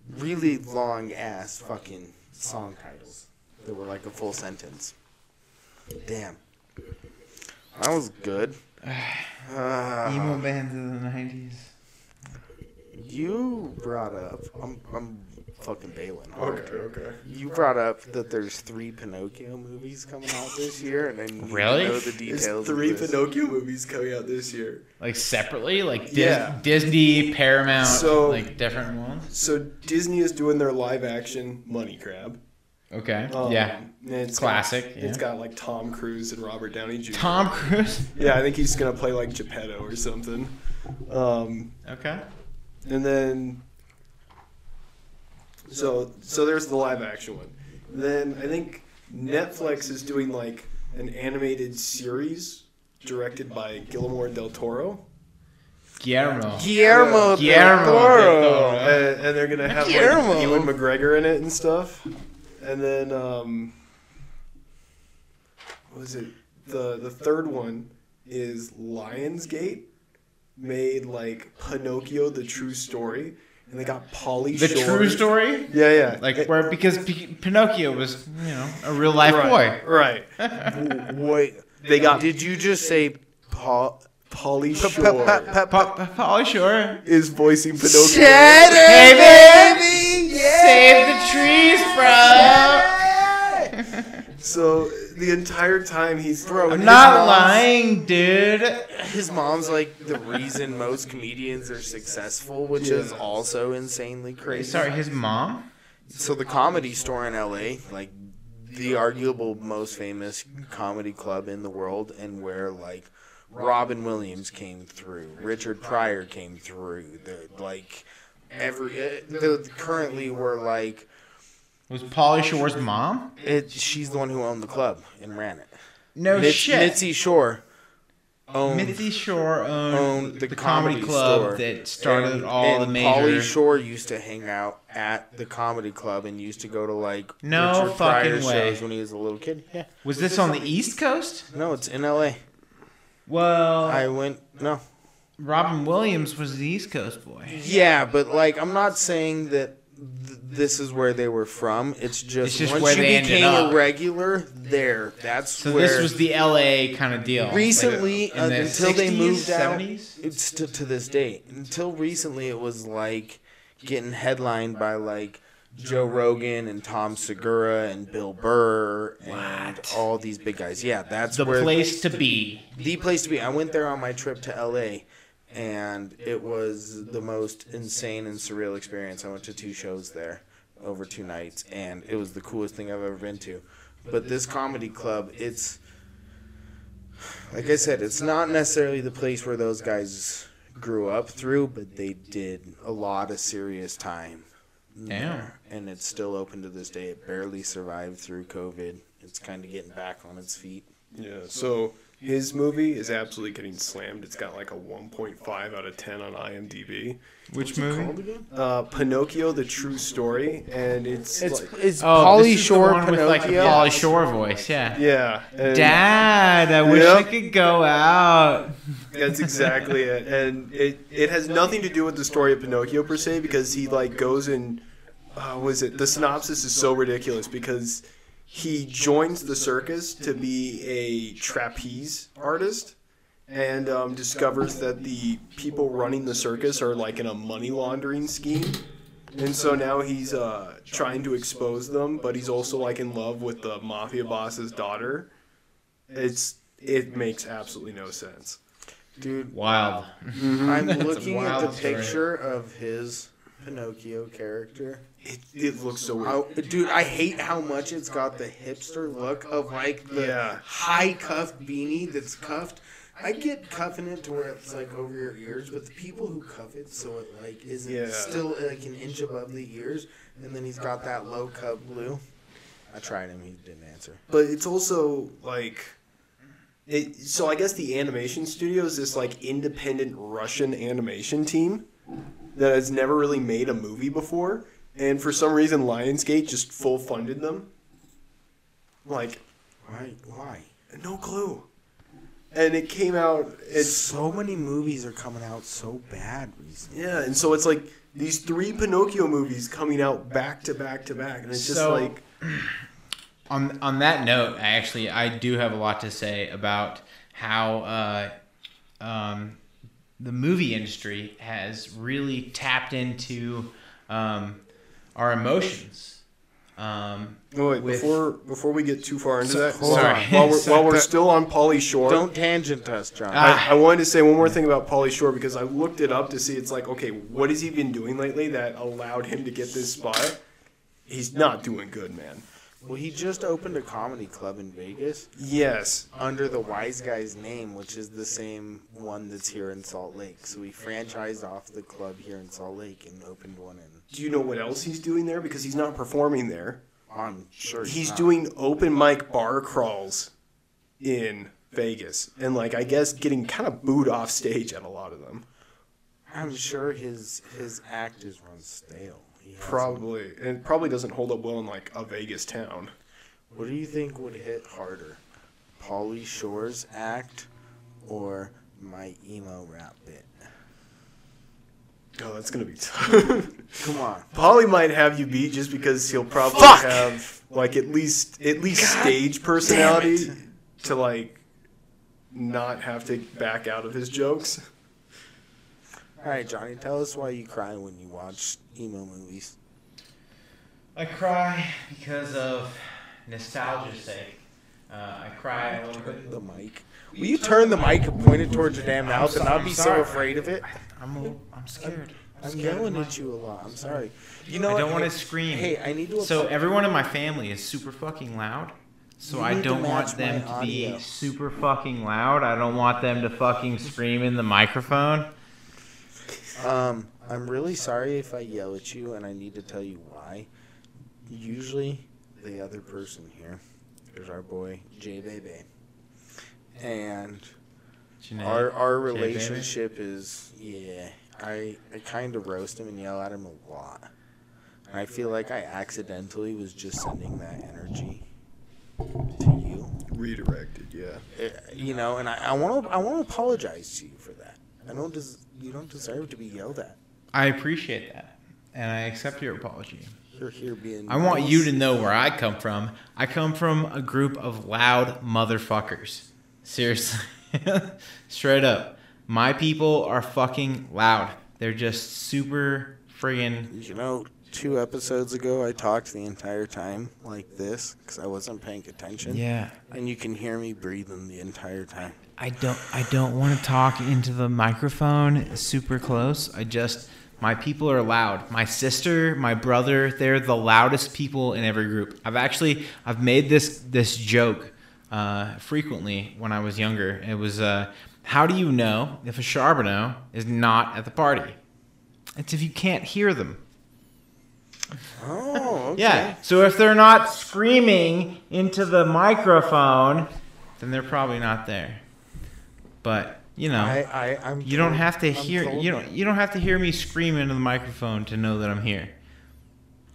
A: really long ass fucking song titles that were like a full sentence. Damn, that was good.
B: emo
A: Uh,
B: bands of the '90s.
A: you brought up, I'm I'm fucking bailing. hard.
C: Okay. Okay.
A: You brought up that there's three Pinocchio movies coming out this year, and I need
B: Really?
A: to know the
C: There's
A: details.
C: three
A: of this.
C: Pinocchio movies coming out this year.
B: Like separately, like Dis-
C: Yeah.
B: Disney, Paramount,
C: So-
B: like different ones.
C: So Disney is doing their live action Money Grab.
B: Okay.
C: Um,
B: yeah.
C: and it's
B: Classic,
C: got- It's
B: yeah.
C: got like Tom Cruise and Robert Downey Jr.
B: Tom Cruise.
C: Yeah, I think he's gonna play like Geppetto or something. Um,
B: Okay.
C: and then so so there's the live action one. Then I think Netflix is doing like an animated series directed by Guillermo del Toro.
B: Guillermo.
A: Guillermo,
B: Guillermo
A: del
B: del
A: Toro.
B: Toro.
C: and, and they're gonna have like,
A: Guillermo.
C: Ewan McGregor in it and stuff. And then um, what was it? The the third one is Lionsgate made like Pinocchio: The True Story, and they got Polly
B: The
C: Shore.
B: true story.
C: Yeah, yeah.
B: Like
C: It-
B: where because P- Pinocchio was you know a real life
C: right,
B: boy.
C: Right.
A: Wait,
C: They got
A: Did you just say Paul?
C: Polly
A: Pa- pa- pa-
C: Shore
A: pa- pa-
B: Pa- Pa- Polly Shore.
C: is voicing Pinocchio.
B: Hey,
A: baby,
B: Save the trees, bro.
C: So the entire time he's
A: Bro,
B: I'm
A: his
B: not
A: mom's-
B: lying, dude.
A: His mom's like the reason most comedians are successful, which is
C: Yeah.
A: also insanely crazy.
B: Sorry, his mom.
A: So the comedy store in LA, like the arguable most famous comedy club in the world, and where like Robin Williams came through, Richard Pryor came through, the like every uh, the, currently we're like
B: Was Polly Shore's mom?
A: it. She's the one who owned the club and ran it.
B: No
A: Mit-
B: Oh, shit.
A: Mitzi Shore owned
B: Mitzi Shore owned,
A: owned
B: the, comedy,
A: Store.
B: club that started
A: And-
B: all
A: and
B: the
A: Pauly
B: major.
A: Shore used to hang out at the comedy club and used to go to like
B: No
A: Richard
B: fucking
A: Pryor
B: way.
A: shows when he was a little kid. Yeah.
B: was this on the East Coast?
A: No, it's in L.A.
B: Well,
A: I went no.
B: Robin Williams was the East Coast boy.
A: Yeah, but like I'm not saying that th- this is where they were from. It's just,
B: It's just
A: once
B: where
A: you
B: they ended
A: became
B: up.
A: a regular, there. That's
B: So
A: where.
B: this was the LA kind of deal.
A: recently, uh,
B: in the
A: until they
B: 60s,
A: moved out,
B: 70s?
A: it's to, to this day. Until recently, it was like getting headlined by like Joe Rogan and Tom Segura and Bill Burr and
B: What?
A: all these big guys. Yeah, that's
B: the
A: where
B: place to be.
A: the place to be. I went there on my trip to LA and it was the most insane and surreal experience. I went to two shows there over two nights and it was the coolest thing I've ever been to. But this comedy club, it's like I said, it's not necessarily the place where those guys grew up through, but they did a lot of serious time. there. And it's still open to this day. It barely survived through COVID. It's kind of getting back on its feet.
C: Yeah. So his movie is absolutely getting slammed. It's got like a 1.5 out of 10 on IMDb.
D: Which movie?
C: Uh, Pinocchio: The True Story, and it's,
A: It's
C: like,
A: it's
B: Oh,
A: Polly
B: this is the
A: Shore
B: one with, like, the
A: Pinocchio.
B: Polly Shore voice, yeah.
C: yeah. and-
B: Dad, I wish I
C: Yep.
B: could go out.
C: That's exactly it, and it it has nothing to do with the story of Pinocchio per se because he like goes and uh, was it the synopsis is so ridiculous because he joins the circus to be a trapeze artist and um, discovers that the people running the circus are like in a money laundering scheme. And so now he's uh, trying to expose them, but he's also like in love with the mafia boss's daughter. It's it makes absolutely no sense.
A: Dude,
B: Wild.
A: I'm
B: That's a
A: looking at
B: wild
A: the
B: story.
A: picture of his Pinocchio character.
C: It, it looks so weird.
A: I, dude, I hate how much it's got the hipster look of like the
C: Yeah.
A: high cuff beanie that's cuffed. I get cuffing it to where it's like over your ears, but the people who cuff it so it like isn't
C: Yeah.
A: still like an inch above the ears, and then he's got that low cut blue. I tried him, he didn't answer.
C: But it's also like it so I guess the animation studio is this like independent Russian animation team that has never really made a movie before and for some reason Lionsgate just full funded them. Like
A: Why? Why?
C: no clue. And it came out it's
A: so many movies are coming out so bad recently.
C: yeah, and so it's like these three Pinocchio movies coming out back to back to back and it's just
B: So-
C: like
B: On on that note, I actually I do have a lot to say about how uh, um, the movie industry has really tapped into um, our emotions. Um,
C: No, wait,
B: with-
C: before before we get too far into that,
A: hold
C: sorry,
B: on.
C: while we're, while we're
A: Sorry.
C: still on Polly Shore,
A: Don't tangent us, John.
B: Ah.
C: I, I wanted to say one more thing about Polly Shore because I looked it up to see it's like, okay, what has he been doing lately that allowed him to get this spot? He's not doing good, man.
A: well, he just opened a comedy club in Vegas
C: Yes,
A: under the Wise Guy's name, which is the same one that's here in Salt Lake. So he franchised off the club here in Salt Lake and opened one in.
C: do you know what else he's doing there? Because he's not performing there.
A: I'm sure
C: He's
A: not.
C: doing open mic bar crawls in Vegas, and like I guess getting kind of booed off stage at a lot of them.
A: I'm sure his his act is run stale. He hasn't-
C: Probably, and it probably doesn't hold up well in like a Vegas town.
A: What do you think would hit harder, Pauly Shore's act, or my emo rap bit?
C: Oh, that's gonna be tough.
A: Come on.
C: Polly might have you beat just because he'll probably
A: Fuck!
C: have like at least at least stage personality to like not have to back out of his jokes.
A: All right, Johnny, tell us why you cry when you watch emo movies.
B: I cry because of nostalgia's sake. Uh, I cry a little bit.
A: The mic. Will you turn the mic and point it towards your damn mouth and
B: sorry,
A: not
B: I'm
A: be so
B: sorry.
A: afraid of it?
B: I'm a little, I'm scared.
A: I'm yelling at you a lot. I'm sorry. You know
B: I
A: what?
B: don't want
A: Hey-
B: to scream.
A: Hey, I need to.
B: So everyone in my family is super fucking loud. So
A: You
B: I
A: need to
B: don't want
A: match
B: them
A: my
B: to be
A: audio.
B: super fucking loud. I don't want them to fucking scream in the microphone.
A: Um, I'm really sorry if I yell at you, and I need to tell you why. Usually, the other person here is our boy Jay Bebe, and
B: Janae,
A: Our our
B: Jay, baby.
A: relationship is yeah. I I kind of roast him and yell at him a lot. And I feel like I accidentally was just sending that energy to you.
C: Redirected, yeah.
A: Uh, you know, and I I want to I want to apologize to you for that. I don't des- you don't deserve to be yelled at.
B: I appreciate that, and I accept your apology.
A: You're here being.
B: I want you to know where I come from. I come from a group of loud motherfuckers. Seriously. Straight up. My people are fucking loud. They're just super friggin'.
A: You know, two episodes ago, I talked the entire time like this because I wasn't paying attention.
B: Yeah.
A: And you can hear me breathing the entire time.
B: I don't I don't want to talk into the microphone super close. I just my people are loud. My sister, my brother, they're the loudest people in every group. I've actually I've made this this joke uh, frequently when I was younger. It was uh, how do you know if a Charbonneau is not at the party? It's if you can't hear them.
A: Oh, okay.
B: Yeah. So if they're not screaming into the microphone, then they're probably not there. But you know,
A: I, I, I'm
B: you don't
A: told-
B: have to
A: I'm
B: hear
A: told
B: you don't you don't have to hear me scream into the microphone to know that I'm here.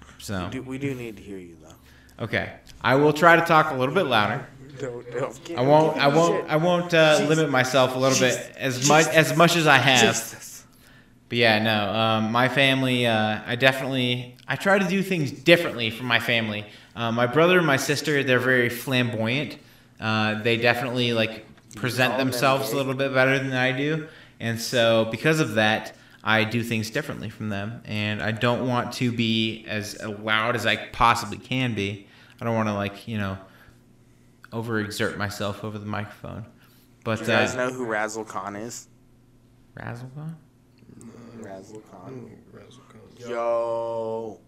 A: We
B: So
A: do, we do need to hear you though.
B: okay, I will try to talk a little bit louder.
A: Don't, don't
B: I won't I won't I won't uh, limit myself a little bit as much as much as I have.
A: Jesus.
B: But yeah, no, um, my family. Uh, I definitely I try to do things differently from my family. Uh, my brother and my sister, they're very flamboyant. Uh, they definitely like present
A: call them
B: themselves a
A: gay?
B: little bit better than I do, and so because of that, I do things differently from them. And I don't want to be as loud as I possibly can be. I don't want to like you know overexert myself over the microphone. But
A: You guys
B: uh,
A: know who Razzle Khan is?
B: Razzle Dazzle?
A: Razzle Khan.
C: Razzlecon.
A: Yo.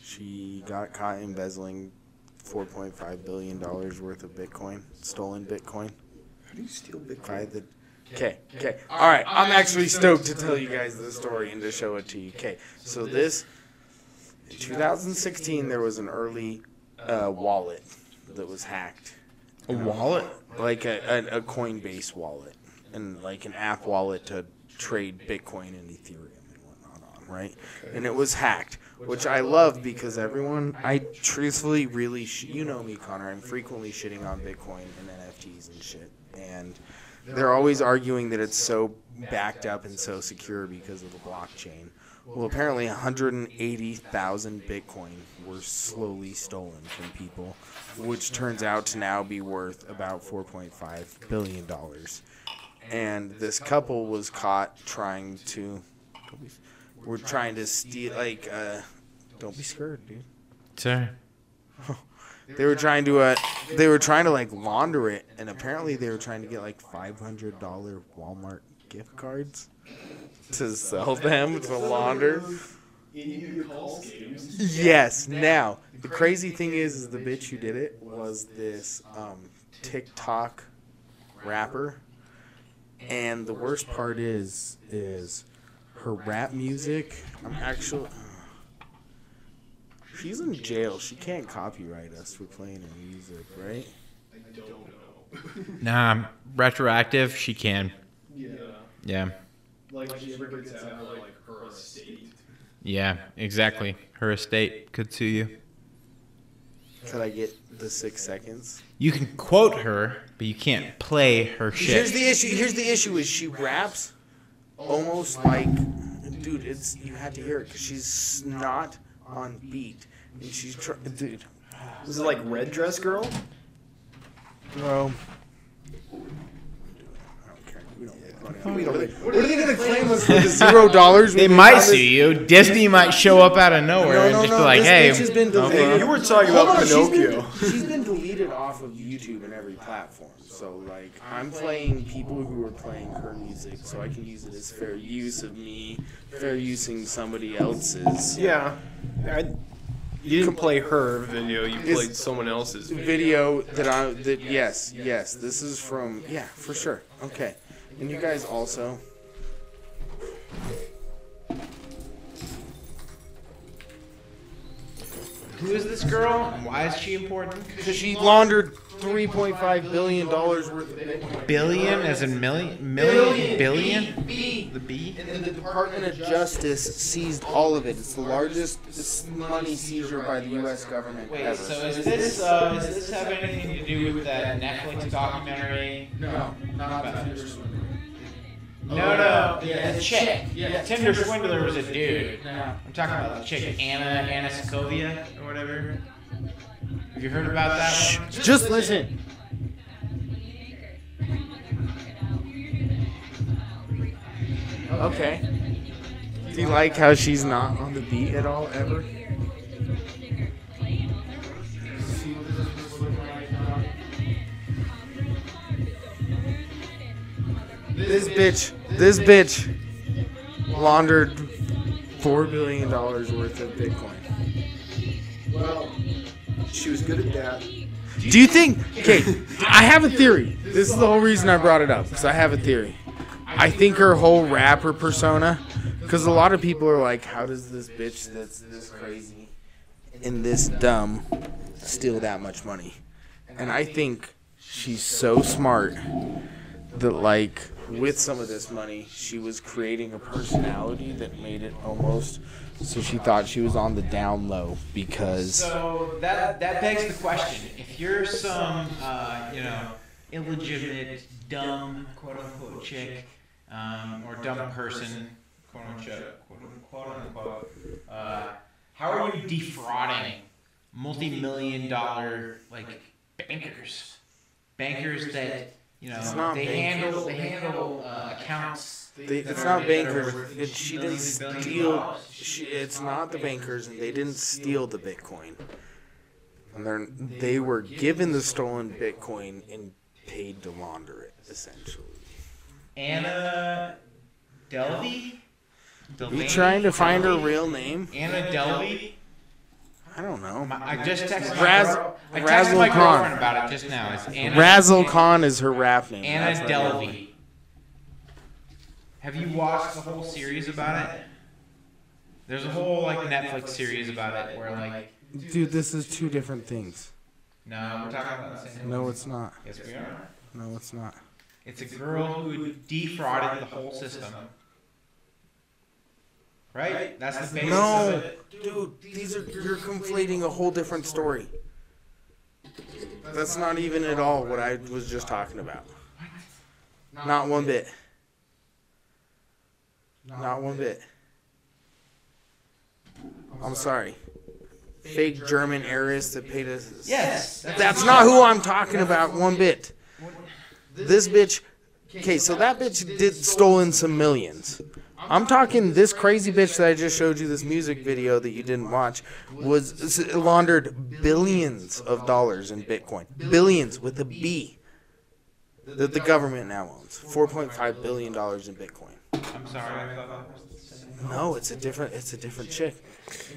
A: She got caught embezzling $4.5 billion worth of Bitcoin, stolen Bitcoin.
C: How do you steal
A: By
C: Bitcoin?
A: the. Okay, okay. All right, I'm actually stoked to tell you guys this story and to show it to you. Okay, so this. In 2016, there was an early uh, wallet that was hacked.
B: A wallet?
A: like a, a, a Coinbase wallet and like an app wallet to trade Bitcoin and Ethereum and whatnot on, right? And it was hacked, which I love because everyone, I truthfully really, sh- you know me, Connor, I'm frequently shitting on Bitcoin and NFTs and shit. And they're always arguing that it's so backed up and so secure because of the blockchain. Well, apparently 180,000 Bitcoin were slowly stolen from people, which turns out to now be worth about $4.5 billion. And this couple was caught trying to. We're trying to steal, like, uh. Don't be scared, dude
B: Sir.
A: they were trying to uh, they were trying to like launder it and apparently they were trying to get like $500 walmart gift cards to sell them to launder yes now the crazy thing is is the bitch who did it was this um, tiktok rapper and the worst part is is her rap music i'm actually She's in jail. She can't copyright us for playing her music, right?
B: Nah, retroactive. She can.
C: Yeah.
B: Yeah.
C: Like she ever gets out of like her estate.
B: Yeah. Exactly. Her estate could sue you.
A: Could I get the six seconds?
B: You can quote her, but you can't play her
A: Here's
B: shit.
A: the issue. Here's the issue: is she raps almost like, dude. It's you had to hear it because she's not on beat, and she's tr- dude,
C: This is like Red Dress Girl.
A: bro. I don't care. We don't make money. We don't make- What are they gonna claim us for the zero dollars?
B: They might sue you. Disney might show up out of nowhere
A: No,
B: and
A: no,
B: just
A: no.
B: be like,
A: this
B: "Hey,
A: bitch has been
C: Hey,
A: deleted.
C: you were talking about
A: Hold on,
C: Pinocchio.
A: She's been, she's been deleted off of YouTube and every platform. So like, I'm playing people who are playing her music, so I can use it as fair use of me, fair using somebody else's
C: Yeah. I, you didn't play her video. You played someone else's. Video.
A: video that I that yes yes this is from yeah for sure okay, and you guys also.
B: who is this girl? And Why is she important?"
A: Because she laundered $3.5 billion worth of Bitcoin.
B: Billion, as in million, million, billion. The B.
A: And the Department of Justice seized all of it. It's the largest s- money seizure by the U.S. government ever.
B: is this uh, does this have anything to do with that Netflix documentary?
A: no, not about
B: No, no,
D: yeah,
B: Oh, the
D: the
B: chick.
D: chick. Yeah,
B: Tinder Swindler was a dude.
D: Yeah.
B: I'm talking about the chick, Anna Anna Sokovia or whatever. Have you heard about that one?
A: Just listen. Okay. Do you like how she's not on the beat at all ever? This bitch, this bitch laundered $4 billion worth of Bitcoin.
C: Well, she was good at that.
A: Do you think? Okay, I have a theory. This is the whole reason I brought it up because I have a theory. I think her whole rapper persona, because a lot of people are like, "How does this bitch that's this crazy and this dumb steal that much money?" And I think she's so smart that like with some of this money, she was creating a personality that made it almost. So she thought she was on the down low because.
B: So that that begs the question: If you're some, uh, you know, illegitimate, dumb, quote unquote chick, um, or dumb person, quote unquote, quote unquote, quote unquote, uh, how are you defrauding multi-million dollar like bankers, bankers that you
A: It's
B: know
A: not
B: they
A: bankers.
B: handle they handle uh, accounts.
A: They,
B: that
A: it's
B: are-
A: not
B: that are
A: bankers.
B: worth
A: It, she didn't
B: millions, billions of
A: steal.
B: dollars.
A: She, it's not the bankers, and they didn't steal the Bitcoin. And they're, they were given the stolen Bitcoin and paid to launder it, essentially.
B: Anna Delvey.
A: Are you trying to find her real name?
B: Anna Delvey.
A: I don't know.
B: My, I just texted
A: Raz-
B: my, girl- I texted
A: Razzle
B: my
A: Khan.
B: girlfriend about it just now. It's Anna,
A: Razzle Khan is her rap name.
B: Anna
A: That's her name.
B: Delvey. Have you watched the whole series about it? There's a whole like Netflix series about it where like
A: Dude, this is two different things.
B: no, we're talking about the same.
A: No, it's not.
B: Yes, we are.
A: No, it's not.
B: It's a girl who defrauded the whole system. Right? That's the basis of
A: No,
B: it.
A: dude, these are you're conflating a whole different story. That's not even at all what I was just talking about. Not one bit. Not one bit. I'm sorry. Fake German heiress that paid us.
B: Yes.
A: That's not who I'm talking about one bit. This bitch. Okay, so that bitch did stolen some millions. I'm talking this crazy bitch that I just showed you this music video that you didn't watch was s- laundered billions of dollars in Bitcoin. Billions with a B that the government now owns. 4.5 billion dollars in Bitcoin.
B: I'm sorry. I thought that was the same.
A: No, it's a different it's a different chick.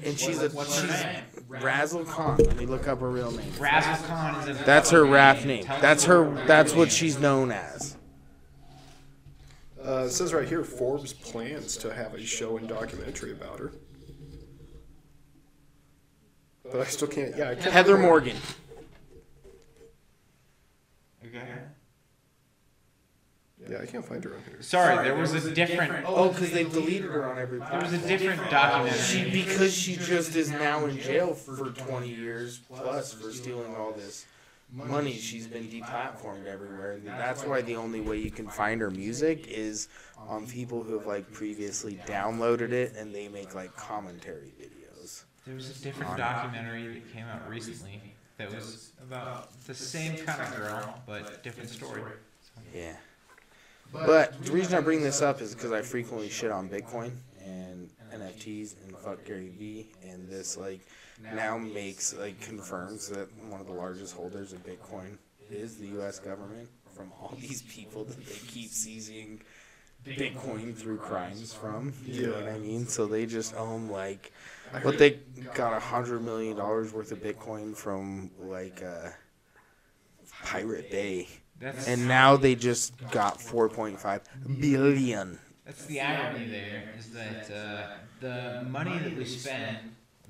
A: And she's a
B: What's her name?
A: she's Razzle Khan. Let me look up her real name.
B: Razzle Khan is a
A: That's her rap
B: Tell
A: name.
B: me
A: That's
B: what
A: her. That's what she's known as.
C: Uh, it says right here Forbes plans to have a show and documentary about her. But I still can't. Yeah, I can't.
A: Heather Morgan.
B: Okay.
C: Yeah, I can't find her on here.
B: Sorry, there was a different. Oh,
A: Oh, because they deleted her on every.
B: There was a different documentary.
A: because she just is now in jail for 20 years plus for stealing all this money. She's been deplatformed everywhere. That's why the only way you can find her music is on people who have like previously downloaded it and they make like commentary videos.
B: There was a different documentary that came out recently that was about the same kind of girl, but different story.
A: Yeah. But the reason I bring this up is because I frequently shit on Bitcoin and NFTs and fuck Gary Vee, and this like now makes like confirms that one of the largest holders of Bitcoin is the U.S. government from all these people that they keep seizing Bitcoin through crimes from. You know what I mean? So they just own like what they got a hundred million dollars worth of Bitcoin from like uh, Pirate Bay.
B: That's
A: And now they just got 4.5 billion.
B: that's the irony there is that uh, the money that we spend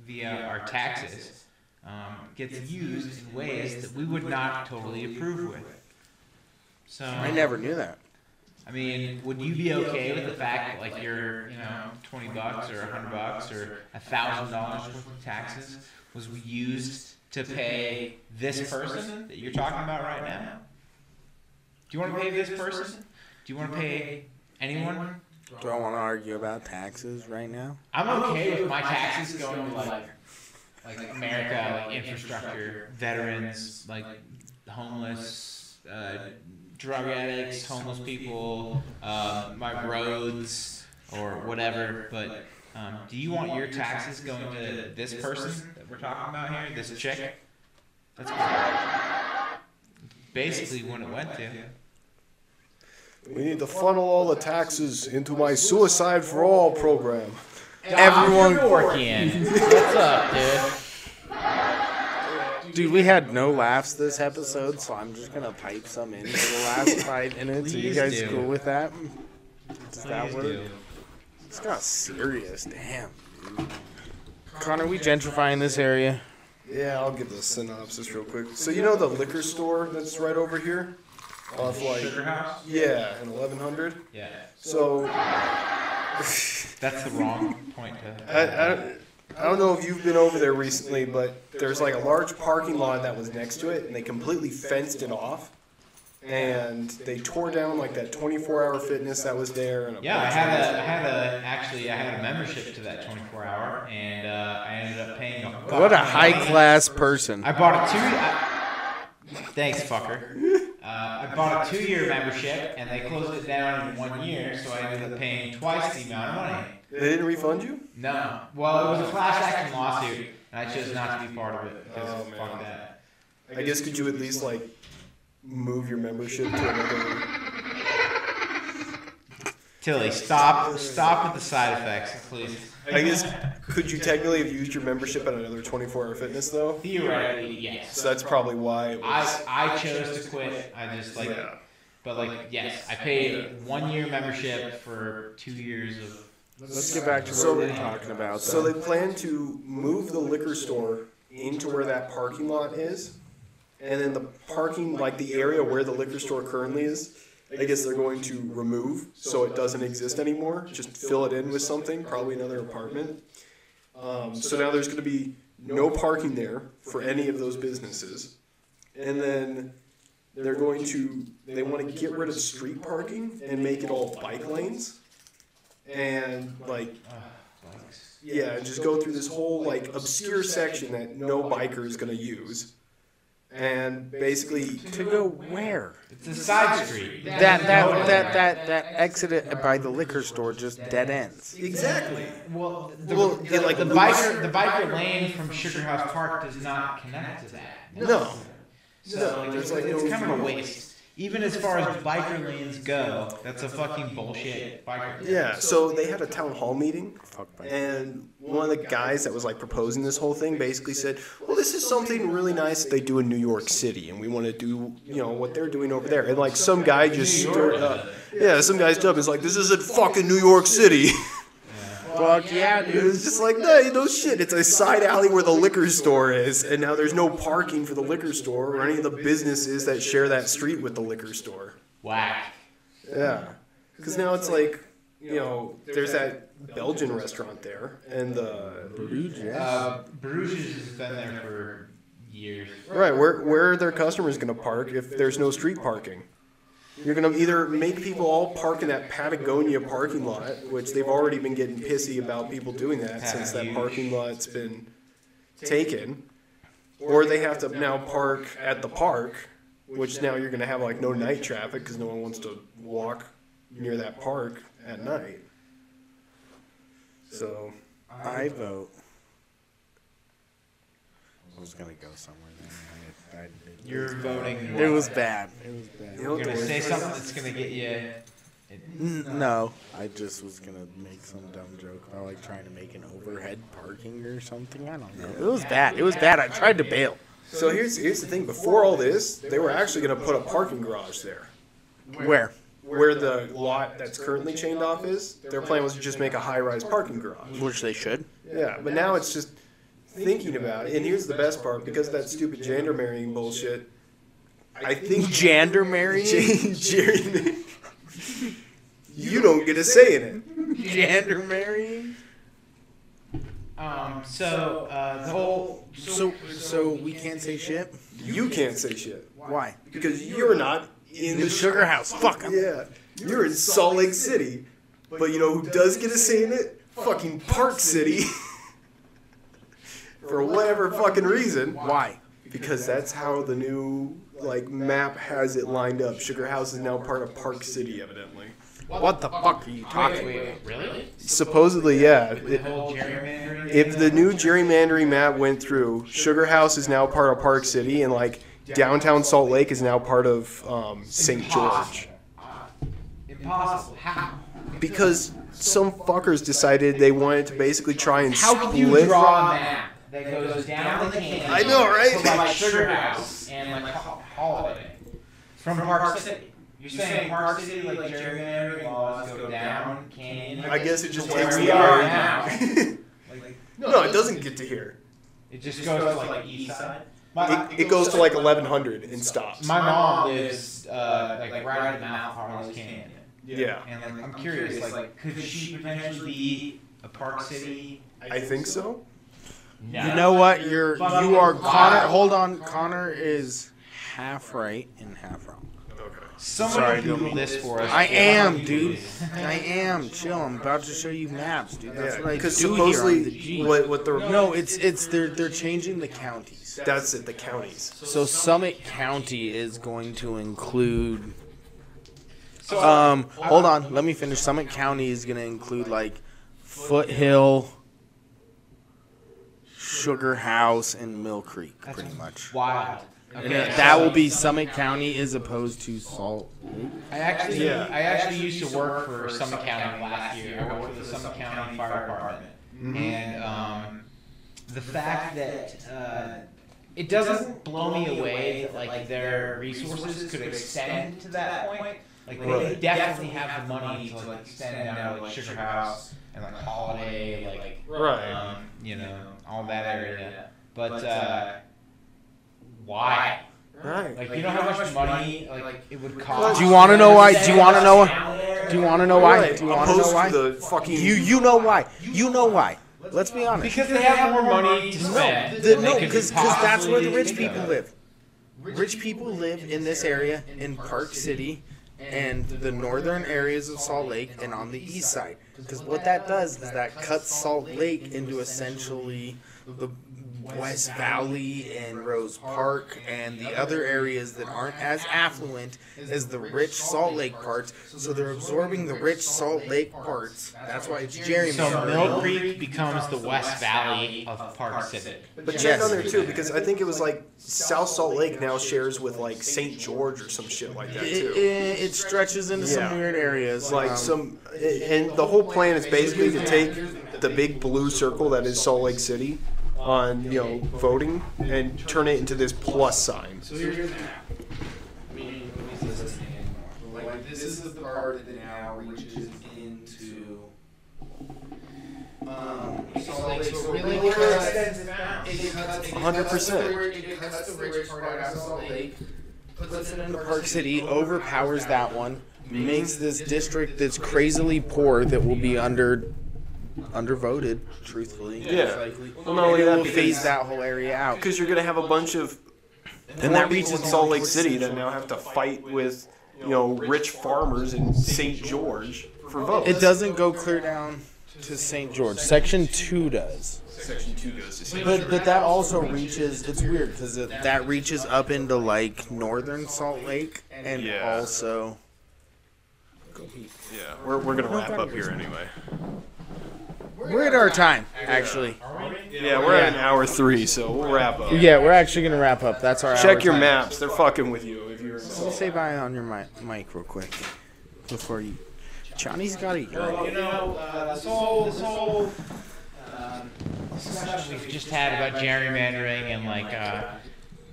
B: via our taxes um, gets used in ways that we would not totally approve with. So
A: I never knew that.
B: I mean, would you be okay with the fact that like your, you know, twenty bucks or a hundred bucks or a thousand dollars worth of taxes was used to pay this person that you're talking about right now? Do you want to pay this person? Do you want to pay anyone?
A: Do I want to argue about taxes right now?
B: I'm okay with my taxes going to like, like America, like infrastructure, veterans, like homeless, uh, drug addicts, homeless people, uh, my roads, or whatever. But um, do you want your taxes going to this person that we're talking about here, this chick? That's basically when it went to.
C: We need to funnel all the taxes into my Suicide for All program.
A: Everyone-
B: You're working. What's up, dude?
A: Dude, we had no laughs this episode, so I'm just gonna pipe some in for the last five minutes. Are you
B: Please
A: guys
B: do.
A: cool with that? Does that
B: Please
A: work?
B: do.
A: It's got serious, damn. Connor, we gentrifying this area.
C: Yeah, I'll give the synopsis real quick. So you know the liquor store that's right over here, off like yeah, and eleven hundred.
B: Yeah,
C: So
B: that's the wrong point to.
C: I, I, I don't know if you've been over there recently, but there's like a large parking lot that was next to it, and they completely fenced it off. And they tore down like that 24-hour fitness that was there. And a
B: Yeah, I
C: bunch
B: had
C: of-
B: a, I had a, actually, I had a membership to that 24 hour, and uh, I ended up paying a. fuck
A: What a
B: ton of
A: high
B: money.
A: class person.
B: I bought a two. I, thanks, fucker. Uh, I bought a two-year membership, and they closed it down in one year, so I ended up paying twice the amount of money.
C: They didn't refund you?
B: No, well, it was a class action lawsuit, and I chose not to be part of it because
C: Oh, man.
B: fuck that.
C: I guess could you at least like move your membership to another?
B: Tilly, stop, stop with the side effects, please.
C: I guess could you technically have used your membership at another 24-hour fitness though?
B: Theoretically, yes.
C: So that's probably why it was.
B: I, I chose to quit. I just like,
C: Yeah.
B: but like, yes, I paid one year membership for two years of.
A: Let's get back to
C: So-
A: what we we're talking about.
C: So
A: though.
C: they plan to move the liquor store into where that parking lot is, and then the parking, like the area where the liquor store currently is, I guess they're going to remove so it doesn't exist anymore. Just fill it in with something, probably another apartment. Um, so now there's going to be no parking there for any of those businesses, and then they're going to they want to get rid of street parking and make it all bike lanes, and like yeah, and just go through this whole like obscure section that no biker is gonna use, and basically
A: to go where?
B: It's a side street.
A: That that that that that exit at- by the liquor store just dead ends.
C: exactly.
B: Well, the,
C: Well,
B: the,
C: yeah, like
B: the
C: the
B: biker the biker lane from Sugar House Park does not connect to that.
C: No.
B: So
C: No,
B: like,
C: there's,
B: it's,
C: like,
B: it's
C: no
B: kind of a
C: room.
B: waste. Even as far as biker lanes go, that's a fucking bullshit biker. lane.
C: Yeah. So they had a town hall meeting,
A: Fuck my.
C: and one of the guys that was like proposing this whole thing basically said, "Well, this is something really nice they do in New York City, and we want to do you know what they're doing over there." And like some guy just stirred up. Yeah, some guy's dumb. He's like, "This isn't fucking New York City."
A: Fuck yeah,
C: It
A: dude.
C: was just like, no, no shit. It's a side alley where the liquor store is, and now there's no parking for the liquor store or any of the businesses that share that street with the liquor store.
B: Whack.
C: Yeah. Because now it's like, you know, there's that Belgian restaurant there, and the.
B: Uh, Bruges has been there for years.
C: Right, where, where are their customers going to park if there's no street parking? You're going to either make people all park in that Patagonia parking lot, which they've already been getting pissy about people doing that since that parking lot's been taken, or they have to now park at the park, which now you're going to have like no night traffic because no one wants to walk near that park at night. So,
A: I vote. I was gonna go somewhere. Then. I, I,
B: You're voting.
A: it was bad. It was bad.
C: you know
B: You're
C: what the
B: gonna say
C: worst
B: something that's gonna get you.
A: N- No, I just was gonna make some dumb joke about like trying to make an overhead parking or something. I don't know. It was bad. It was bad. I tried to bail.
C: So here's here's the thing. Before all this, they were actually going to put a parking garage there,
A: Where?
C: where the lot that's currently chained off is. Their plan was to just make a high-rise parking garage.
A: Which they should.
C: Yeah, but now it's just thinking about it. And here's the best part: because of that stupid gender marrying bullshit, I think
A: Jander marrying.
C: Jerry, you don't get a say in it.
A: Jander marrying.
B: Um. So uh, the whole.
A: So, so we can't say shit.
C: You can't say shit
A: Why?
C: because you're not in
A: The
C: the
A: sugar house. Fuck. I'm-
C: Yeah, you're in Salt Lake City. But you know who does get a say in it? Fucking Park City. For whatever fucking reason.
E: Why?
C: Because that's how the new like map has it lined up. Sugar House is now part of Park City, evidently.
E: What the fuck are you talking about?
B: Really?
C: Supposedly, yeah.
B: The
C: It-
B: whole gerrymandering.
C: if the new gerrymandering map went through, Sugar House is now part of Park City, and like downtown Salt Lake is now part of um, St. George.
B: Impossible. How?
C: Because some fuckers decided they wanted to basically try and
B: How could you
C: split.
B: draw a map that goes down the canyon?
C: I know, right?
B: to, like Sugar House and like Ho- Holiday. From Park City. You're saying Park City, like gerrymandering laws go down canyon.
C: I guess it just
B: to where
C: takes
B: we
C: the
B: are
C: art.
B: now.
C: no, it doesn't get to here.
B: It just goes to like east side. My,
C: It, it goes to like 1100 and stops.
B: my mom lives uh, like right at the mouth of Harlow's Canyon.
C: Yeah,
B: And like, I'm curious, like, could she potentially be a Park City?
C: I think so.
B: No.
A: You know what? You're
B: But
A: you are
B: I'm
A: Connor.
B: alive.
A: Hold on, Connor is half right and half wrong.
B: Someone
A: Sorry,
B: Google
A: don't mean-
B: this for us.
A: I am, dude. I am. Chill. I'm about to show you maps, dude. That's
C: Yeah,
A: what I do
C: because
A: supposedly,
C: supposedly
A: here on the G.
C: what what the
A: no, it's it's they're they're changing the counties.
C: that's it the counties.
A: So Summit County is going to include.
B: So,
A: Um, hold on. Let me finish. Summit County is going to include like Foothill, Sugar House, and Mill Creek, pretty much.
B: wild.
A: And that that will be Summit County as opposed to Salt.
B: I actually,
C: Yeah.
B: I actually used to work for Summit County last year. I worked for the Summit County Fire Department, and um, the fact that uh, it doesn't blow me away that like their resources could extend to that point. Like they
C: Right.
B: definitely have the money to like extend down to like Sugar House and like Holiday, like
C: Right.
B: um, you know, all that area. But uh, why?
C: Right.
B: Like you know how much money like it would cost.
A: Do you wanna know why? Do you wanna know-
B: Do
A: Do you want to know why?
C: Right,
A: Do you want to
C: opposed
A: know
C: to
A: why?
C: the fucking
A: You you know why? You know why? Let's be honest.
B: Because they have more money to spend.
A: The,
B: than
A: no,
B: they could
A: because that's where the
B: possibly
A: rich
B: think of.
A: people live. Rich people live in this area in Park City and the northern areas of Salt Lake and on the east side. Because what that does is that cuts Salt Lake into essentially the West Valley and Rose Park and the other areas that aren't as affluent as the rich Salt Lake parts. So they're absorbing the rich Salt Lake parts. That's why it's
B: So Mill
A: gerrymandering.
B: Creek becomes the West Valley of Park City.
C: But check
A: Yes.
C: on there too, because I think it was like South Salt Lake now shares with like St. George or some shit like that
A: It,
C: too.
A: it, it stretches into
C: Yeah.
A: some weird areas.
C: Like
A: um,
C: some, and the whole plan is basically to take the big blue circle that is Salt Lake City on you know voting and turn it into this plus sign.
F: So here's the map. I mean, nobody's listening anymore. Like, this is the part that now reaches into. Um, Salt Lake. So it really cuts. It cuts. it cuts
C: 100%.
F: the rich- It cuts the rich part out of Salt Lake. Puts it in
A: the Park City overpowers that one, makes this district that's crazily poor that will be under undervoted, truthfully.
C: Yeah.
A: Likely.
C: Well, not only
A: It
C: that,
A: will phase
C: because-
A: that whole area out.
C: Because you're gonna have a bunch of
A: And
C: poor
A: that
C: people
A: reaches
C: in Salt Lake City that now have to fight with you know rich farmers in St. George for votes.
A: It doesn't go clear down to St. George. Section two does.
C: Section two goes to St.
A: But but that also reaches. It's weird because that reaches up into like northern Salt Lake and
C: Yeah.
A: also.
C: Yeah, we're, we're gonna wrap up here anyway.
A: We're at our time actually.
C: Yeah, we're at an hour three, so we'll wrap up.
A: Yeah, we're actually gonna wrap up. That's our hour
C: Check your
A: time.
C: maps; they're fucking with you if you're. in Salt
A: Say bye on your mic, mic real quick before you. Johnny's got a urine.
B: You know, uh, this whole, this whole um, discussion we've just had about gerrymandering and like uh,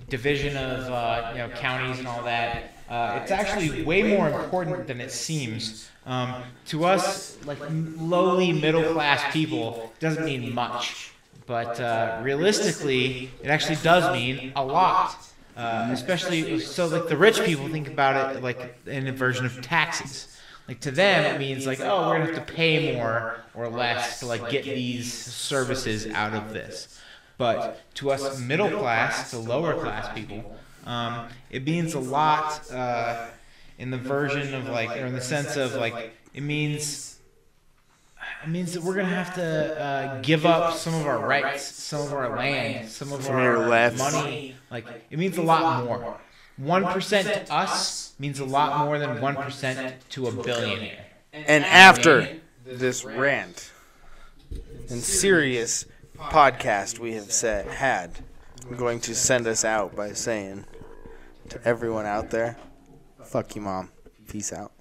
B: division of uh, you know counties and all that. Uh, it's actually way more important than it seems. Um, to us, like lowly middle class people, doesn't mean much. But uh, realistically, it actually does mean a lot. Uh, especially so, like the rich people think about it like in a version of taxes. Like to them, it means like, oh, we're gonna have to pay more or less to like get these services out of this. But to us middle class, to lower class people, um, it means a uh, lot uh, in the version of like, or in the sense of like, it means It means that we're gonna have to uh, give up some of our rights, some of our land, some of
A: Some of our
B: our
A: lefts.
B: money. Like it means a lot more. One percent to us means a lot more than one percent to a billionaire.
A: And after this rant and serious podcast we have said, had, I'm going to send us out by saying to everyone out there, fuck you, mom. Peace out.